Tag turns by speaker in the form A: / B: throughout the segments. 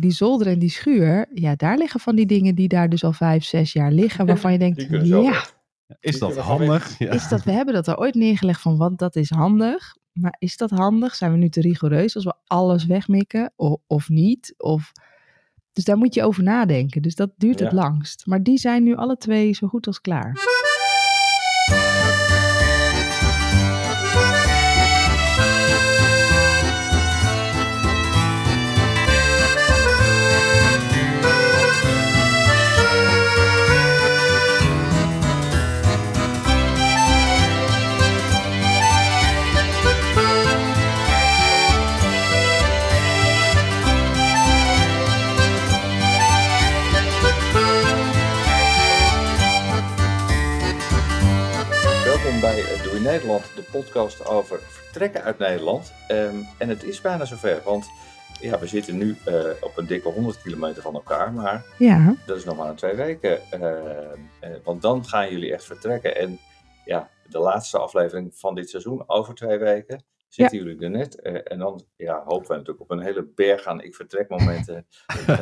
A: die zolder en die schuur, ja, daar liggen van die dingen die daar dus al vijf, zes jaar liggen, waarvan je denkt,
B: Die kunnen zo
A: ja,
B: weg.
C: Is dat
B: Ja.
C: handig? Ja.
A: is dat, we hebben dat er ooit neergelegd van, want dat is handig. Maar is dat handig? Zijn we nu te rigoureus als we alles wegmikken of, of niet? Of, dus daar moet je over nadenken. Dus dat duurt het
B: Ja.
A: langst. Maar die zijn nu alle twee zo goed als klaar.
B: Welkom bij eh, Doe in Nederland, de podcast over vertrekken uit Nederland. Ehm, en het is bijna zover, want ja, we zitten nu eh, op een dikke 100 kilometer van elkaar, maar
A: Ja,
B: Dat is nog maar een twee weken. eh, eh, want dan gaan jullie echt vertrekken. En ja, de laatste aflevering van dit seizoen, over twee weken, zitten jullie er net. eh, en dan ja, hopen we natuurlijk op een hele berg aan ik vertrek momenten. Eh,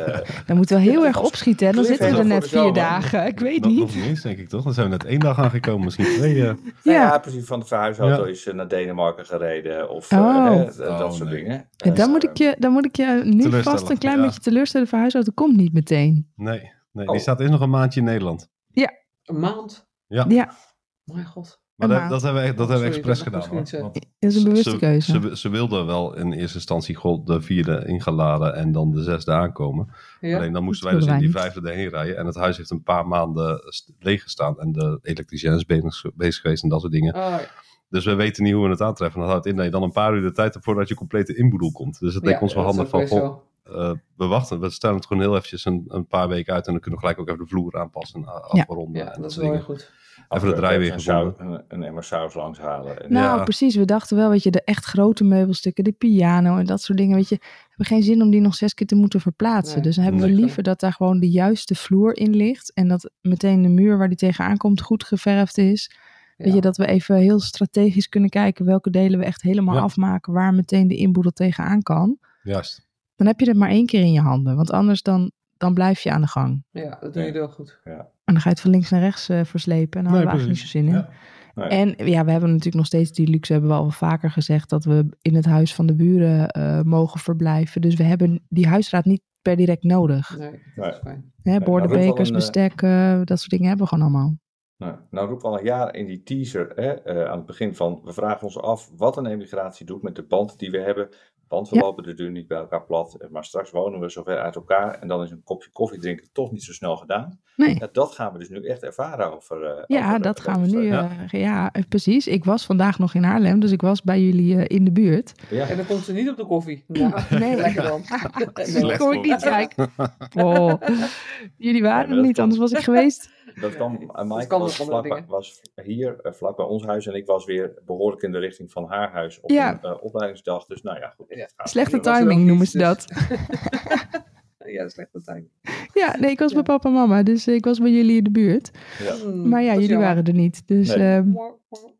A: dan moeten we heel
B: Ja,
A: erg
B: als
A: opschieten. hè? Dan zitten we er
B: cliffhanger
A: net
B: voor de
A: vier
B: zomer.
A: dagen. Ik weet
C: Dat nog
A: niet.
C: niet eens, denk ik toch? Dan zijn we net één dag aangekomen, misschien twee. eh.
B: nou ja.
A: Ja,
B: precies. Van de verhuisauto
C: Ja.
B: is eh, naar Denemarken gereden. Of
A: Oh.
B: eh, hè, dat
C: Oh,
B: soort
C: nee.
B: dingen.
A: en dan
B: Eh,
A: moet ik je, dan moet ik je nu
C: teleurstellen,
A: vast een klein
C: ja.
A: beetje teleurstellen. Verhuisauto komt niet meteen.
C: Nee, nee
B: Oh.
C: die staat eerst nog een maandje in Nederland.
D: Een maand?
C: Ja.
A: Ja.
D: Mijn god.
A: Een
C: Maar dat,
A: maand. Oh,
C: dat hebben we, echt- dat
D: Sorry,
C: hebben we expres
D: dat
C: gedaan.
D: mag
C: Hoor.
D: misschien niet,
C: Want
A: Dat is een
C: ze-
A: bewuste
C: ze-
A: keuze.
C: Ze, ze wilden wel in eerste instantie God de vierde ingeladen en dan de zesde aankomen.
D: Ja.
C: Alleen dan moesten
A: Dat
C: wij dus in
A: wilden
C: die
A: wij
C: vijfde erheen rijden. En het huis heeft een paar maanden st- leeg gestaan. En de elektricien is bezig, bezig geweest en dat soort dingen.
D: Oh, ja.
C: Dus we weten niet hoe we het aantreffen. En Dat houdt in dat je dan een paar uur de tijd hebt voordat je complete inboedel komt. Dus dat leek
D: Ja,
C: ons wel
D: dat is
C: handig
D: ook
C: van,
D: best
C: goh,
D: wel-
C: eh, we wachten. We stellen het gewoon heel eventjes een, een paar weken uit. En dan kunnen we gelijk ook even de vloer aanpassen en a-
A: Ja.
C: afronden.
D: Ja,
C: en
D: dat is
C: soort
D: wel heel
C: dingen.
D: goed.
C: Even de draai weer
B: een, saus-
C: gevonden.
B: een, een emmer saus langs halen. En-
A: Nou,
C: Ja.
A: precies. We dachten wel, weet je, de echt grote meubelstukken, de piano en dat soort dingen, weet je, hebben geen zin om die nog zes keer te moeten verplaatsen.
D: Nee.
A: dus dan hebben we
C: Nee.
A: liever dat daar gewoon de juiste vloer in ligt en dat meteen de muur waar die tegenaan komt goed geverfd is. Weet
D: Ja.
A: je, dat we even heel strategisch kunnen kijken welke delen we echt helemaal
C: Ja.
A: afmaken, waar meteen de inboedel tegenaan kan.
C: Juist.
A: Dan heb je het maar één keer in je handen, want anders dan, dan blijf je aan de gang.
D: ja, dat doe je wel goed.
A: En dan ga je het van links naar rechts eh, verslepen en dan
C: Nee,
A: hebben we eigenlijk niet
C: precies.
A: zo zin in.
C: Ja.
B: nou ja.
A: En ja, we hebben natuurlijk nog steeds die luxe, hebben we al vaker gezegd, dat we in het huis van de buren eh, mogen verblijven. Dus we hebben die huisraad niet per direct nodig.
D: Nee, dat
B: Nee.
D: is fijn.
A: Hè,
B: dat
A: borden,
B: is wel
A: bekers,
B: een, eh,
A: bestek, eh, dat soort dingen hebben we gewoon allemaal.
B: Nou, nou roepen we al een jaar in die teaser hè, eh, aan het begin van... we vragen ons af wat een emigratie doet met de band die we hebben. Want we
A: Ja.
B: lopen de deur niet bij elkaar plat. eh, Maar straks wonen we zover uit elkaar... en dan is een kopje koffie drinken toch niet zo snel gedaan.
A: Nee.
B: Ja, dat gaan we dus nu echt ervaren over... eh,
A: Ja,
B: over
A: dat
B: de-
A: gaan we nu.
C: Ja.
A: eh, ja, eh, precies. Ik was vandaag nog in Haarlem, dus ik was bij jullie eh, in de buurt.
B: Ja,
D: En dan komt ze niet op de koffie. Nou,
A: Nee.
D: lekker dan.
A: Dat kon ik niet kijken. Oh, jullie
B: maar
A: waren er
B: dat
A: niet,
B: kan.
A: anders was ik geweest.
B: dat kan. En Mike
D: kan
B: was,
D: nog andere
B: vlak bij-
D: dingen.
B: was hier, eh, vlak bij ons huis... en ik was weer behoorlijk in de richting van haar huis op
A: Ja.
B: een eh, opleidingsdag. Dus nou ja, goed.
D: Ja.
B: dit gaat
A: Slechte
B: hier wel.
D: ook
A: timing
D: iets,
A: noemen ze
D: dus-
A: dat.
D: ja, slechte tijd.
A: Ja, nee, ik was
D: Ja.
A: bij papa en mama, dus eh, ik was bij jullie in de buurt.
B: Ja.
D: Hmm, Mm,
A: Maar ja, jullie waren er niet. Dus
B: Nee.
A: ehm,
B: Maar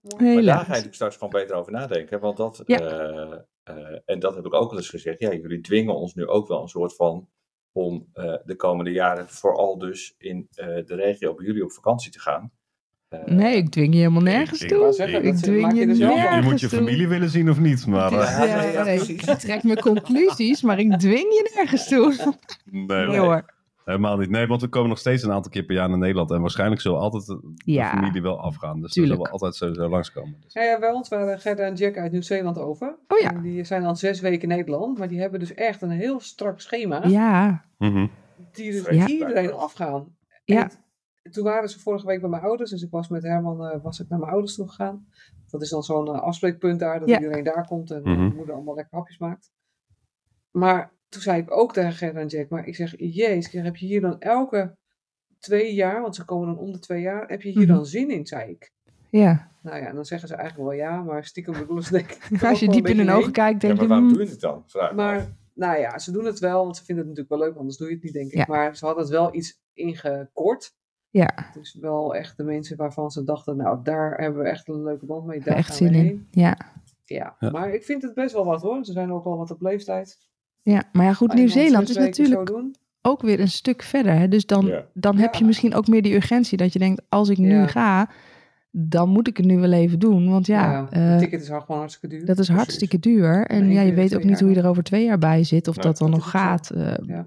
B: daar
A: helaas.
B: ga je natuurlijk straks gewoon beter over nadenken. Want dat,
A: Ja.
B: eh, eh, en dat heb ik ook al eens gezegd. Ja, jullie dwingen ons nu ook wel een soort van om eh, de komende jaren vooral dus in eh, de regio bij jullie op vakantie te gaan. Eh,
A: Nee, ik dwing je helemaal nergens
C: ik
A: toe.
D: zeggen,
A: Ik
D: dat ze-
A: dwing
D: maak
A: je
D: je dus
A: niet
D: wel
A: meer.
C: Je
A: Nergens
C: moet je
A: toe.
C: familie willen zien of niet, maar...
A: Het is,
C: eh,
B: Ja,
A: eh,
B: nee, ja,
A: nee,
B: precies.
A: ik trek mijn conclusies, maar ik dwing je nergens toe.
C: nee,
A: Nee hoor.
C: helemaal niet. Nee, want we komen nog steeds een aantal keer per jaar naar Nederland. En waarschijnlijk zullen altijd de
A: Ja.
C: familie wel afgaan. Dus
A: Tuurlijk.
C: daar zullen we altijd sowieso langskomen. Dus.
D: Ja, ja, bij ons waren Gerda en Jack uit Nieuw-Zeeland over.
A: Oh ja.
D: En die zijn al zes weken in Nederland, maar die hebben dus echt een heel strak schema.
A: Ja,
C: Mhm.
D: die dus
B: Ja.
D: iedereen afgaan.
A: Ja.
D: En toen waren ze vorige week bij mijn ouders, dus ik was met Herman eh, was ik naar mijn ouders toe gegaan. Dat is dan zo'n eh, afspreekpunt daar, dat
A: Ja.
D: iedereen daar komt en eh,
C: Mhm.
D: mijn moeder allemaal lekker hapjes maakt. Maar toen zei ik ook tegen Gerda en Jack, maar ik zeg, jezus, ik zeg, heb je hier dan elke twee jaar, want ze komen dan om de twee jaar, heb je hier
A: Mhm.
D: dan zin in, zei ik.
A: ja.
D: Nou ja, en dan zeggen ze eigenlijk wel ja, maar stiekem bedoelen ze denk ik toch
A: Als je
D: wel
A: diep in
D: beetje
A: hun
D: nee.
A: ogen kijkt,
B: ja,
A: denk
B: maar
A: je...
B: waarom
A: mm,
B: doen het dan? Vraag ik me af.
D: Maar nou ja, ze doen het wel, want ze vinden het natuurlijk wel leuk, anders doe je het niet, denk ik.
A: Ja.
D: Maar ze hadden het wel iets ingekort.
A: Ja.
D: Dus wel echt de mensen waarvan ze dachten, nou daar hebben we echt een leuke band mee. Daar
A: echt
D: gaan
A: zin
D: we
A: in.
D: heen.
A: Ja.
D: Ja.
C: Ja.
D: maar ik vind het best wel wat hoor. Ze zijn ook wel wat op leeftijd.
A: Ja, maar ja, goed,
D: Alleen al
A: Nieuw-Zeeland is
D: zes weken
A: natuurlijk
D: Zo doen.
A: ook weer een stuk verder. Hè? Dus dan,
B: Ja.
A: dan heb je
D: Ja.
A: misschien ook meer die urgentie dat je denkt, als ik nu
D: Ja.
A: ga, dan moet ik het nu wel even doen. Want ja,
D: het
A: eh,
D: ticket is al gewoon hartstikke duur. Dus
A: dat is hartstikke duur. En
D: één
A: ja, je
D: keer
A: weet
D: twee
A: ook niet
D: jaar
A: hoe je
D: dan. Nou,
A: er over twee jaar bij zit, of
B: Nee,
A: dat dan
D: dat
A: nog
D: is ook zo.
A: gaat. eh,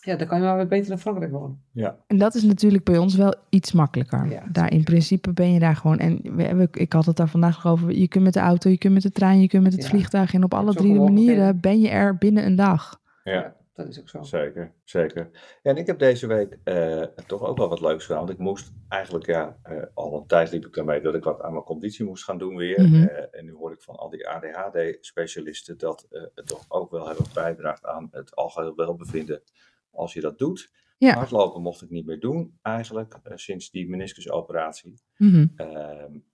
D: Ja, dan kan je maar weer beter in Frankrijk wonen.
A: En dat is natuurlijk bij ons wel iets makkelijker.
D: Ja,
A: daar in principe ben je daar gewoon. En we, hebben- ik had het daar vandaag nog over. Je kunt met de auto, je kunt met de trein, je kunt met het
D: Ja.
A: vliegtuig. En op alle
D: hebt
A: drie de
D: zoveel
A: manieren
D: mogelijkheden.
A: ben je er binnen een dag.
B: ja.
D: Dat is ook zo.
B: Zeker, zeker. Ja, en ik heb deze week eh, toch ook wel wat leuks gedaan. Want ik moest eigenlijk, ja, eh, al een tijd liep ik daarmee dat ik wat aan mijn conditie moest gaan doen weer.
A: Mhm.
B: Eh, en nu hoor ik van al die ADHD-specialisten dat eh, het toch ook wel heel erg bijdraagt aan het algeheel welbevinden als je dat doet.
A: Ja.
B: Hardlopen mocht ik niet meer doen eigenlijk, eh, sinds die meniscusoperatie.
A: Mhm.
B: Ehm,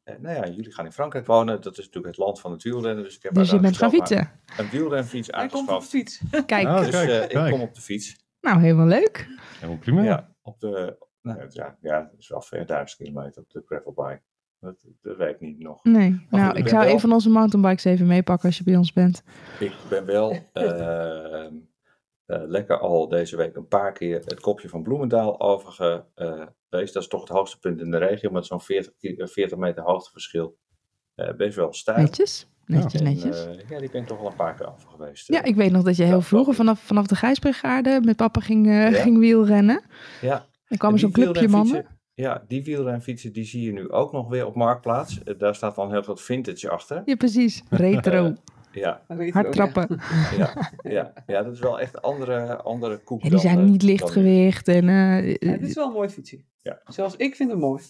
B: en nou ja, jullie gaan in Frankrijk wonen. Dat is natuurlijk het land van het wielrennen. Dus ik heb
A: Dus je bent gaan
B: uiteindelijk zelf
A: fietsen.
B: maar Een wielrenfiets
D: Hij komt op de
B: aangeschaft.
D: fiets.
A: Kijk,
C: Ah,
B: Dus
C: Kijk,
B: eh, ik
C: kijk.
B: kom op de fiets.
A: nou helemaal leuk.
C: Helemaal prima.
B: Ja, op de, nou, het- ja, ja, het is wel ver, duizend kilometer op de gravelbike. Dat, dat werkt niet nog.
A: Nee, nou,
B: ik
A: ik
B: ben
A: zou
B: wel-
A: een van onze mountainbikes even meepakken als je bij ons bent.
B: Ik ben wel ehm, eh, lekker al deze week een paar keer het kopje van Bloemendaal overgeweest. dat is toch het hoogste punt in de regio met zo'n 40, ki- eh, 40 meter hoogteverschil. Eh, best wel stijl.
A: Netjes, netjes,
B: En,
A: netjes.
B: eh, ja, die ben ik toch wel een paar keer over geweest. eh.
A: ja, ik weet nog dat je heel
B: dat
A: vroeger
B: wel.
A: vanaf, vanaf de Gijsbrigade met papa ging, eh,
B: Ja.
A: ging wielrennen.
B: ja.
A: Dan kwam er zo'n
B: En die
A: clubje mannen.
B: wielrenfietsen- Ja, die wielrenfietsen die zie je nu ook nog weer op Marktplaats. Eh, daar staat dan heel veel vintage achter.
A: Ja, precies. Retro.
B: Ja,
D: Dat weet je
A: Hard
D: ook,
A: trappen.
B: ja, ja, ja, dat is wel echt andere, andere koek.
A: En die
B: dan,
A: zijn
B: eh,
A: niet
B: dan-
A: lichtgewicht. En, eh,
D: ja. Het is wel een mooi fietsje.
B: Ja.
D: Zelfs ik vind het mooi.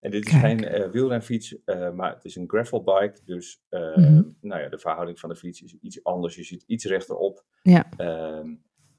B: En dit is
A: Kijk.
B: geen eh, wielrenfiets, eh, maar het is een gravelbike. Dus eh,
A: Mhm.
B: nou ja, de verhouding van de fiets is iets anders. Je zit iets rechterop.
A: Ja.
B: Ehm,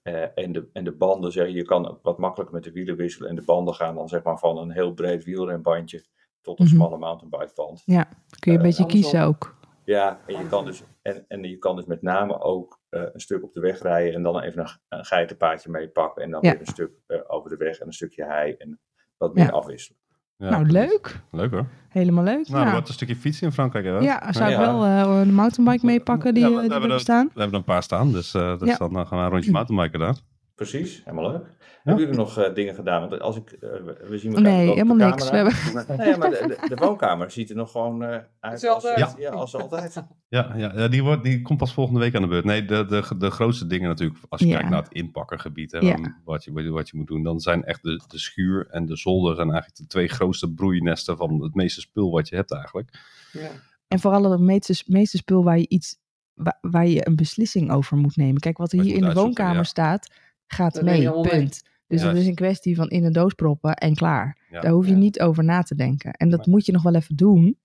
B: eh, en, de, en de banden, zeg, je, je kan ook wat makkelijker met de wielen wisselen. En de banden gaan dan zeg maar van een heel breed wielrenbandje tot een
A: Mhm.
B: smalle mountainbikeband.
A: kun je een
B: eh,
A: beetje
D: andersom.
A: kiezen ook.
B: Ja, en je kan dus, en, en je kan dus met name ook eh, een stuk op de weg rijden en dan even een, ge- een geitenpaadje meepakken. En dan
A: Ja.
B: weer een stuk eh, over de weg en een stukje hei en wat meer
A: Ja.
B: afwisselen.
C: Ja,
A: nou,
C: precies.
A: leuk.
C: Leuk hoor.
A: Helemaal leuk.
C: Nou, er
A: ja.
C: wordt een stukje fietsen in Frankrijk. Hè?
A: Ja, zou ik
B: Ja.
A: wel eh, een mountainbike meepakken die,
C: Ja,
A: eh,
C: maar
A: die
C: we
A: er
C: hebben dat-
A: staan?
C: We hebben er een paar staan, dus, eh, dus
A: Ja.
C: dan eh, gaan we een rondje mountainbiken daar.
B: Precies, helemaal leuk. Hebben jullie nog eh, dingen gedaan? Want als ik, eh, we- we zien elkaar
A: Nee,
B: ook op de
A: helemaal niks.
B: camera. Nee, maar de, de, de woonkamer ziet er nog gewoon eh, uit als,
D: Hetzelfde
B: ja.
D: uit.
B: als altijd.
C: Ja, ja, ja, die, wordt, die komt pas volgende week aan de beurt. Nee, de, de, de grootste dingen natuurlijk, als je
A: Ja.
C: kijkt naar het inpakkergebied, hè,
A: Ja.
C: waar- wat, je, wat je- wat je moet doen, dan zijn echt de, de schuur en de zolder zijn eigenlijk de twee grootste broeinesten van het meeste spul wat je hebt eigenlijk.
D: Ja.
A: En vooral het meeste, meeste spul waar je iets wa- waar je een beslissing over moet nemen. Kijk, wat
C: Wat
A: hier
C: je
A: in
C: moet
A: de
C: uitzoeken,
A: woonkamer
C: ja.
A: staat, gaat
D: Dat neem je
A: mee.
D: allemaal mee.
A: Punt. Dus
C: Ja.
A: het is een kwestie van in een doos proppen en klaar.
C: Ja.
A: daar hoef je
D: Ja.
A: niet over na te denken. En dat
C: Nee.
A: moet je nog wel even doen.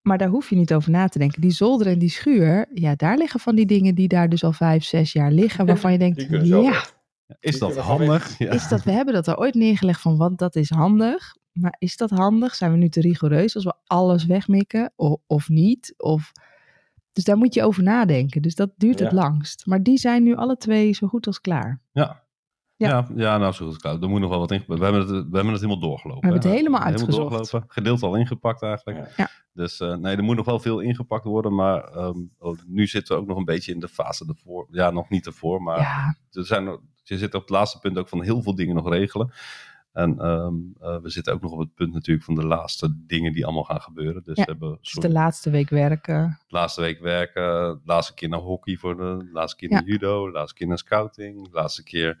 A: Maar daar hoef je niet over na te denken. Die zolder en die schuur, ja, daar liggen van die dingen die daar dus al vijf, zes jaar liggen. Waarvan je denkt,
B: Die kunnen zo
A: ja,
B: weg.
C: Is dat
B: Ja.
C: handig? Ja.
A: is dat, we hebben dat er ooit neergelegd van, want dat is handig. Maar is dat handig? Zijn we nu te rigoureus als we alles wegmikken o- of, niet? Of, dus daar moet je over nadenken. Dus dat duurt het
B: Ja.
A: langst. Maar die zijn nu alle twee zo goed als klaar. Ja.
C: Ja. Ja, nou zo goed als klaar. Er moet nog wel wat ingepakken. We hebben het, we hebben het helemaal doorgelopen.
A: We hebben
C: hè.
A: het helemaal uitgezocht.
C: doorgelopen. Gedeeld al ingepakt eigenlijk.
B: Ja.
A: Ja.
C: Dus eh, nee, er moet nog wel veel ingepakt worden. Maar ehm, oh, nu zitten we ook nog een beetje in de fase ervoor. Ja, nog niet ervoor.
B: Ah,
C: Maar
A: Ja,
C: er zijn, nog- je zit op het laatste punt ook van heel veel dingen nog regelen. En ehm, eh, we zitten ook nog op het punt natuurlijk van de laatste dingen die allemaal gaan gebeuren. Dus
A: Ja,
C: we hebben
A: het is
C: soort-
A: de laatste week werken.
C: laatste week werken, de laatste keer naar hockey voor de, de laatste keer
A: Ja.
C: naar judo, de laatste keer naar scouting, de laatste keer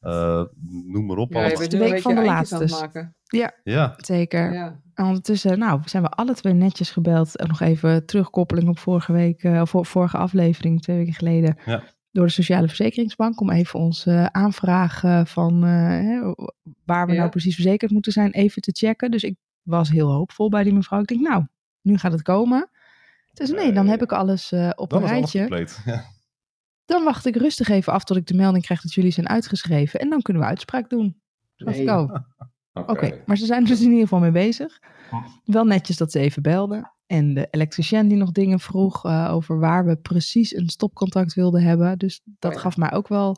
C: eh, noem maar op.
D: Ja, je
C: allemaal.
D: bent
A: de
D: nu een
A: week
D: beetje
A: van de
D: eindjes aan het
A: laatstes.
D: maken.
C: Ja,
A: Zeker.
D: Ja.
A: En ondertussen, nou, zijn we alle twee netjes gebeld. Ook nog even terugkoppeling op vorige week, eh, of voor- vorige aflevering, twee weken geleden.
C: Ja.
A: Door de Sociale Verzekeringsbank om even onze eh, aanvraag eh, van eh, hè, waar we
D: Ja.
A: nou precies verzekerd moeten zijn, even te checken. Dus ik was heel hoopvol bij die mevrouw. Ik denk, nou, nu gaat het komen. Dus nee, dan
B: Nee.
A: heb ik alles eh, op
C: dan
A: een
C: is alles
A: rijtje.
C: compleet. Ja.
A: Dan wacht ik rustig even af tot ik de melding krijg dat jullie zijn uitgeschreven. En dan kunnen we uitspraak doen. Toen dacht ik,
D: Nee.
A: oh,
B: Oké.
A: Oké, maar ze zijn er dus in ieder geval mee bezig. Wel netjes dat ze even belden. En de elektricien die nog dingen vroeg eh, over waar we precies een stopcontact wilden hebben. Dus dat
D: Oh ja.
A: gaf mij ook wel